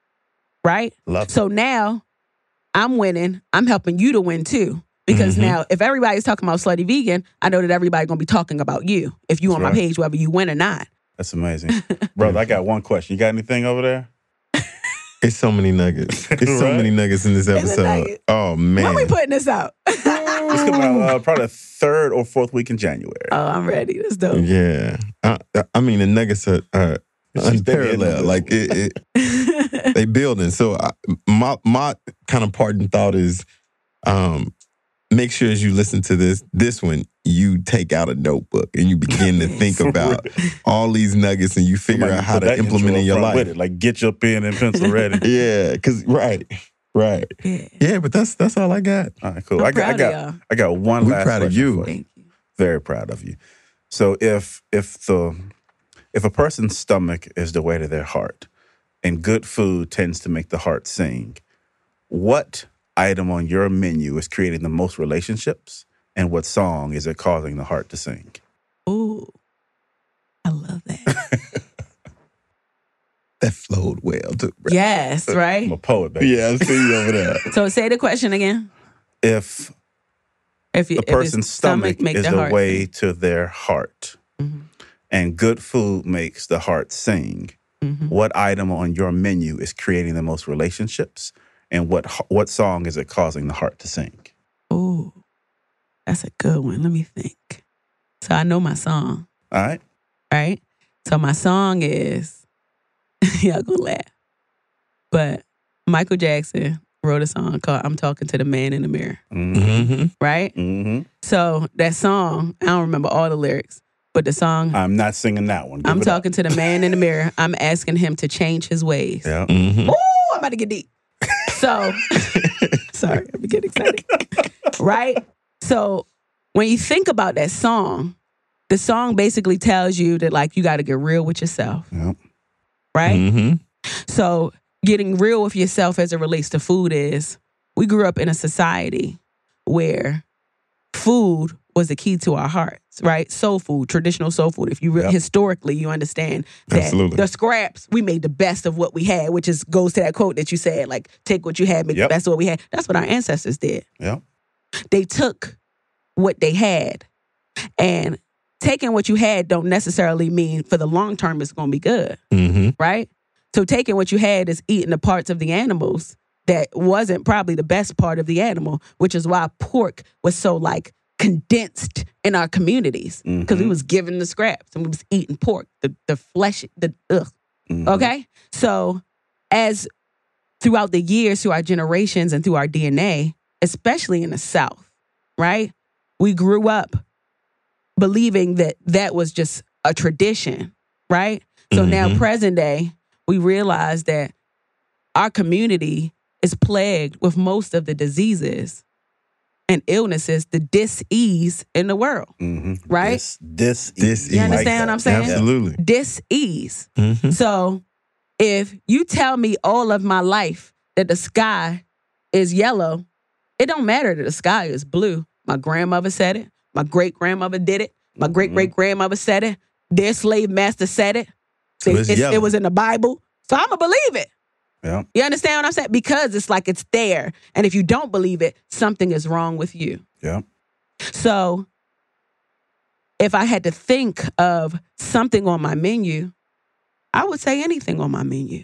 Right? Love So now I'm winning. I'm helping you to win too. Because Mm-hmm. now if everybody's talking about slutty vegan, I know that everybody's gonna be talking about you if you on my right. page, whether you win or not. That's amazing. <laughs> Brother, I got one question. You got anything over there? It's so many nuggets. It's <laughs> so Right? many nuggets in this a episode. nugget. Oh man. When we putting this out? <laughs> oh, <laughs> It's coming out uh, probably the third or fourth week in January. Ah. I'm ready. Let's do it. Yeah, I, I mean the Nuggets are, are It's just unparalleled. building. Like it, it they building. So I, my my kind of parting thought is, um, make sure as you listen to this this one, you take out a notebook and you <laughs> begin to think about all these nuggets and you figure Somebody out put how to that implement intro in up your front life. With it. Like get your pen and <laughs> pencil ready. Yeah, because right, right. Yeah. Yeah, but that's that's all I got. All right, cool. I'm I got, I proud of got, y'all. I got one. We last proud of question you. for Thank you. Very proud of you. So if if the if a person's stomach is the way to their heart, and good food tends to make the heart sing. What item on your menu is creating the most relationships, and what song is it causing the heart to sing? <laughs> Ooh, I love that. that flowed well too. <laughs> Bro. Yes, right. I'm a poet, baby. <laughs> Yeah, I see you over there. So say the question again. If If you- the if it's person's stomach, make is the the heart way sing. Mm-hmm. to their heart, and good food makes the heart sing. Mm-hmm. What item on your menu is creating the most relationships, and what h- what song is it causing the heart to sing? Ooh, that's a good one. Let me think. So I know my song, All right, right? So my song is <laughs> y'all gonna laugh, but Michael Jackson wrote a song called "I'm Talking to the Man in the Mirror," Mm-hmm. right? Mm-hmm. So that song, I don't remember all the lyrics, but the song I'm not singing that one. Give I'm it up. talking to the man in the mirror. I'm asking him to change his ways. Yeah. Mm-hmm. Ooh, I'm about to get deep. So, sorry, I'm getting excited. right? So, when you think about that song, the song basically tells you that, like, you got to get real with yourself, Yep. right? Mm-hmm. So, getting real with yourself as it relates to food is we grew up in a society where food was the key to our hearts, right? Soul food, traditional soul food. If you re- Yep. historically, you understand that Absolutely. the scraps, we made the best of what we had, which is goes to that quote that you said, like, take what you had, make Yep. the best of what we had. That's what our ancestors did. Yep. They took what they had. And taking what you had don't necessarily mean for the long term it's gonna be good Mm-hmm. right? So taking what you had is eating the parts of the animals that wasn't probably the best part of the animal, which is why pork was so like condensed in our communities because we Mhm. was given the scraps and we was eating pork, the the flesh, the ugh. Mhm. Okay, so as throughout the years, through our generations and through our DNA, especially in the South, right? We grew up believing that that was just a tradition, right? So now, Mhm. present day, we realize that our community is plagued with most of the diseases and illnesses, the dis-ease in the world. Mhm. Right? This, this, This You understand what I'm saying? Absolutely. Dis-ease. Mm-hmm. So if you tell me all of my life that the sky is yellow, it don't matter that the sky is blue. My grandmother said it. My great grandmother did it. Mm-hmm. My great great grandmother said it. Their slave master said it. So it's It's- yellow. it was in the Bible. So I'm going to believe it. Yeah. You understand what I'm saying? Because it's like it's there. And if you don't believe it, something is wrong with you. Yeah. So if I had to think of something on my menu, I would say anything on my menu.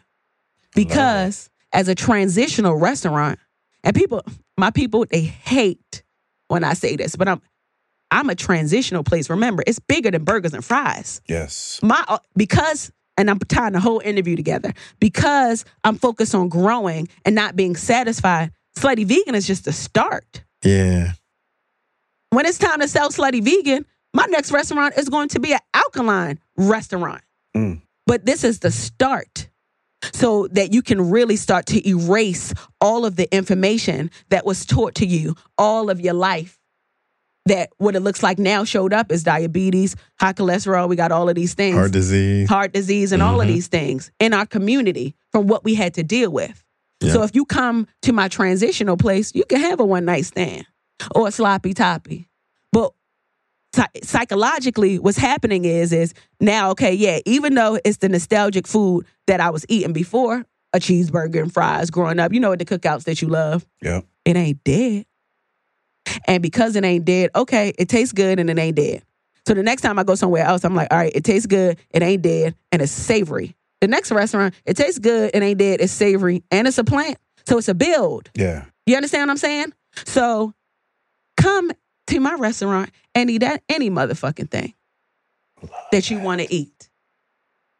Because as a transitional restaurant, and people, my people, they hate when I say this, but I'm I'm a transitional place. Remember, it's bigger than burgers and fries Yes. my uh, because and I'm tying the whole interview together because I'm focused on growing and not being satisfied. Slutty vegan is just a start. Yeah. When it's time to sell slutty vegan, my next restaurant is going to be an alkaline restaurant. Mm. But this is the start so that you can really start to erase all of the information that was taught to you all of your life. That what it looks like now showed up is diabetes, high cholesterol. We got all of these things Heart disease. heart disease and all of Mhm. these things in our community from what we had to deal with. Yeah. So if you come to my transitional place, you can have a one night stand or a sloppy toppy. But psy- psychologically what's happening is is now okay, yeah, even though it's the nostalgic food that I was eating before, a cheeseburger and fries growing up, you know at the cookouts that you love, Yep. it ain't dead. And because it ain't dead, okay, it tastes good and it ain't dead. So the next time I go somewhere else, I'm like, all right, it tastes good, it ain't dead, and it's savory. The next restaurant, it tastes good, it ain't dead, it's savory, and it's a plant. So it's a build. Yeah. You understand what I'm saying? So come to my restaurant and eat that any motherfucking thing that you want to eat.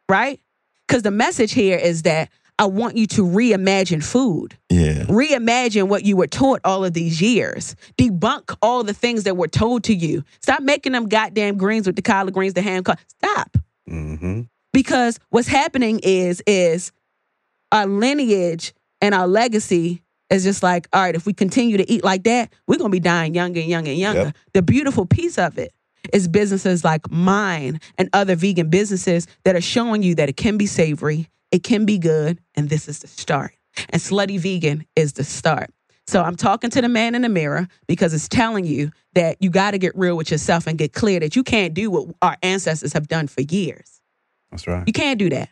Right? Because the message here is that I want you to reimagine food Yeah. reimagine what you were taught all of these years. Debunk all the things that were told to you. Stop making them goddamn greens with the collard greens, the ham. co- Stop. Mm-hmm. Because what's happening is is our lineage and our legacy is just like, all right, if we continue to eat like that, we're gonna be dying younger and younger and younger. Yep. The beautiful piece of it is businesses like mine and other vegan businesses that are showing you that it can be savory It can be good, and this is the start. And slutty vegan is the start. So I'm talking to the man in the mirror because it's telling you that you got to get real with yourself and get clear that you can't do what our ancestors have done for years. That's right. You can't do that.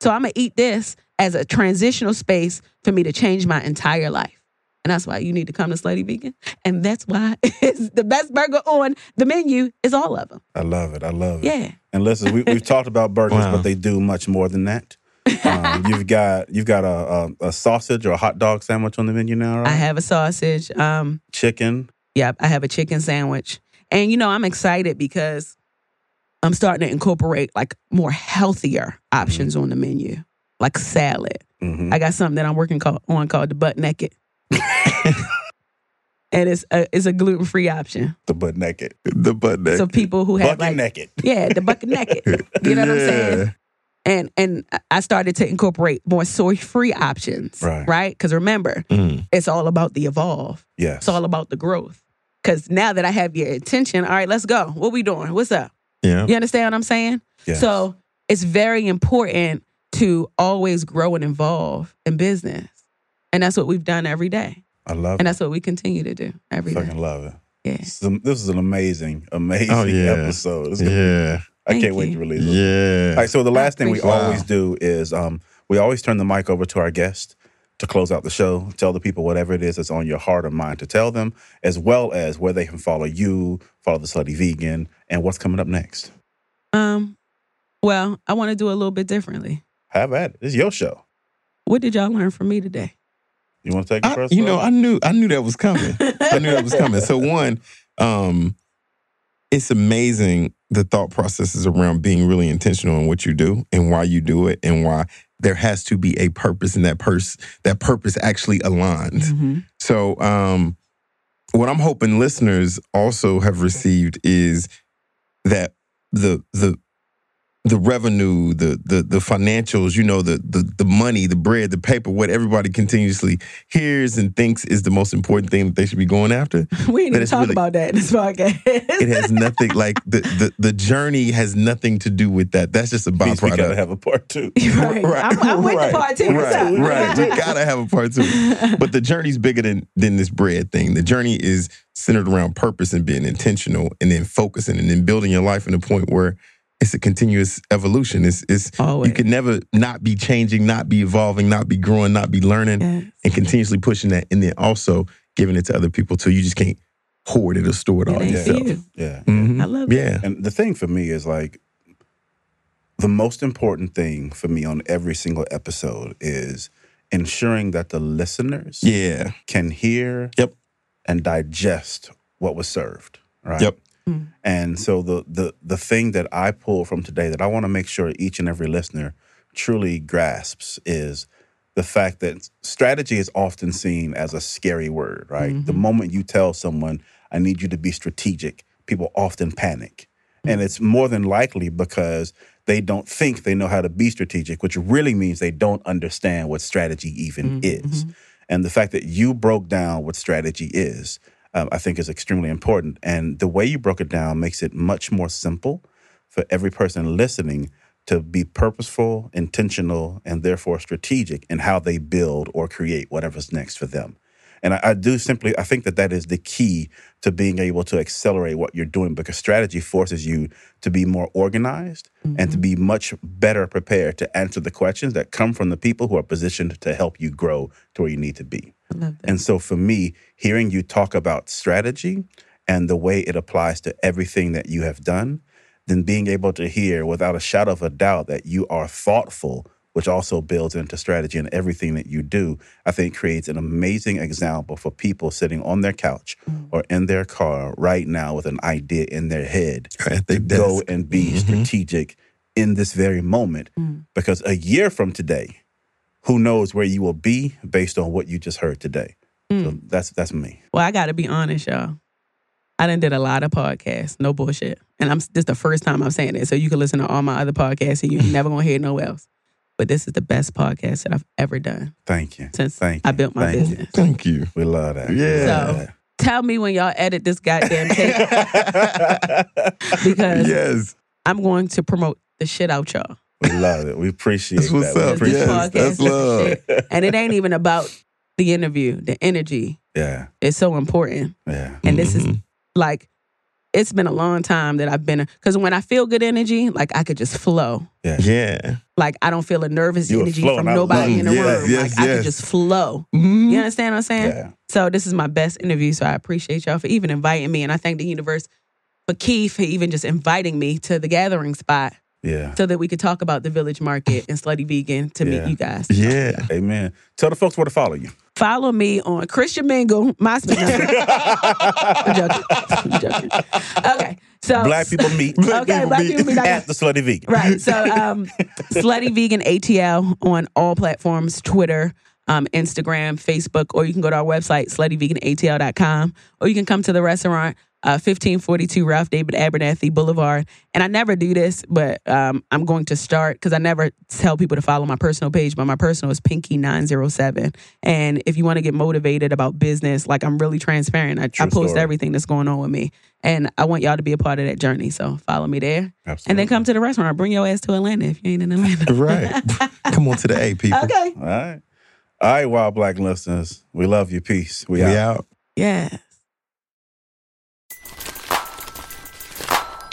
So I'm going to eat this as a transitional space for me to change my entire life. And that's why you need to come to Slutty Vegan. And that's why <laughs> it's the best burger on the menu is all of them. I love it. I love it. Yeah. And listen, we, we've talked about burgers, Wow. but they do much more <laughs> than that. Um, you've got you've got a, a, a sausage or a hot dog sandwich on the menu now, right? I have a sausage. Um, Chicken. Yep, I have a chicken sandwich. And you know, I'm excited because I'm starting to incorporate like more healthier options on the menu, like salad. Mhm. I got something that I'm working call- on called the butt naked. and it's a, it's a gluten-free option. The butt naked. The butt naked. So people who have Bucket like naked. Yeah, the bucket naked. You know what I'm saying? And and I started to incorporate more soy-free options, Right. Right? Cuz remember, Mm. it's all about the evolve. Yes. It's all about the growth. Because now that I have your attention, all right, let's go. What we doing? What's up? Yeah. You understand what I'm saying? Yes. So it's very important to always grow and evolve in business. And that's what we've done every day. I And love it. that's what we continue to do every day. Fucking love it. Yeah. This is, this is an amazing, amazing Oh, yeah. episode. This is gonna- Yeah. I can't Thank wait you. to release it. Yeah. All right, so the last thing we appreciate it. always Wow. do is um, we always turn the mic over to our guest to close out the show, tell the people whatever it is that's on your heart or mind to tell them, as well as where they can follow you, follow the Slutty Vegan, and what's coming up next. Um, well, I want to do a little bit differently. Have at it. This is your show. What did y'all learn from me <laughs> today? You want to take it I, first? you know, Lil? I knew I knew that was coming. I knew that was coming. So one, um, it's amazing the thought processes around being really intentional in what you do and why you do it and why there has to be a purpose and that purse that purpose actually aligns. So, um, what I'm hoping listeners also have received is that the the the revenue, the the the financials, you know, the the the money, the bread, the paper, what everybody continuously hears and thinks is the most important thing that they should be going after. <laughs> We didn't That even is talk really- about that in this podcast. <laughs> It has nothing like the the the journey has nothing to do with that. That's just a Means we got byproduct. to have a part <laughs> two. right. I'm, I'm with the part two. What's <laughs> Right, up? right. We gotta have a part two. But the journey's bigger than than this bread thing. The journey is centered around purpose and being intentional, and then focusing, and then building your life in a point where it's a continuous evolution. It's it's Always. you can never not be changing, not be evolving, not be growing, not be learning, Yes. and continuously pushing that, and then also giving it to other people too. You just can't hoard it or store it all It ain't for yourself. you. Yeah. Mhm. I love it. yeah. And the thing for me is like the most important thing for me on every single episode is ensuring that the listeners Yeah. can hear Yep. and digest what was served. Right. Yep. And so the the the thing that I pull from today that I want to make sure each and every listener truly grasps is the fact that strategy is often seen as a scary word, right? The moment you tell someone, I need you to be strategic, people often panic. And it's more than likely because they don't think they know how to be strategic, which really means they don't understand what strategy even is. And the fact that you broke down what strategy is, um, I think is extremely important. And the way you broke it down makes it much more simple for every person listening to be purposeful, intentional, and therefore strategic in how they build or create whatever's next for them. And I, I do simply, I think that that is the key to being able to accelerate what you're doing because strategy forces you to be more organized and to be much better prepared to answer the questions that come from the people who are positioned to help you grow to where you need to be. I love that. And so for me, hearing you talk about strategy and the way it applies to everything that you have done, then being able to hear without a shadow of a doubt that you are thoughtful, which also builds into strategy in everything that you do, I think creates an amazing example for people sitting on their couch or in their car right now with an idea in their head At their to go desk. and be strategic in this very moment. Mm. Because a year from today, who knows where you will be based on what you just heard today. Mm. So that's that's me. Well, I got to be honest, y'all. I done did a lot of podcasts, no bullshit, and I'm this the first time I'm saying it. So you can listen to all my other podcasts, and you're never gonna hear no else. But this is the best podcast that I've ever done Thank you. since Thank you. I built my Thank you. business. Thank you. We love that. Yeah. So tell me when y'all edit this goddamn tape <laughs> Yeah. because <laughs> Yes. I'm going to promote the shit out y'all. We love it. We appreciate That's what's that. We up. appreciate that. Yes, that's love. and it ain't even about the interview. The energy <laughs> Yeah, is so important. yeah. And this Mm-hmm. is like, it's been a long time that I've been, because when I feel good energy, like I could just flow. Yeah. Like I don't feel a nervous You were energy flowing. from I nobody love in the it. Yes, Mm-hmm. room. yes, like I yes. could just flow. You understand what I'm saying? Yeah. So this is my best interview. So I appreciate y'all for even inviting me, and I thank the universe for Keith for even just inviting me to the gathering spot Yeah. so that we could talk about the village market and Slutty Vegan to Yeah. meet you guys. Yeah. Amen. Tell the folks where to follow you. Follow me on Christian Mingle, my <laughs> I'm joking. <laughs> I'm joking. Okay, so Black people <laughs> meet. Oh. Okay, black people meet. at the Slutty <laughs> Vegan. Right. So um, Slutty Vegan ATL on all platforms Twitter, um, Instagram, Facebook, or you can go to our website, sluttyveganatl.com, or you can come to the restaurant. Uh, 1542 Ralph David Abernathy Boulevard. And I never do this, but um, I'm going to start because I never tell people to follow my personal page, but my personal is Pinky907. And if you want to get motivated about business, like I'm really transparent, I, I True post story. everything that's going on with me. And I want y'all to be a part of that journey. So follow me there. Absolutely. And then come to the restaurant. Bring your ass to Atlanta if you ain't in Atlanta. Right. Come on to the A, people. okay. All right. All right, wild black listeners. We love you. Peace. We, We out. out. <laughs> Yeah.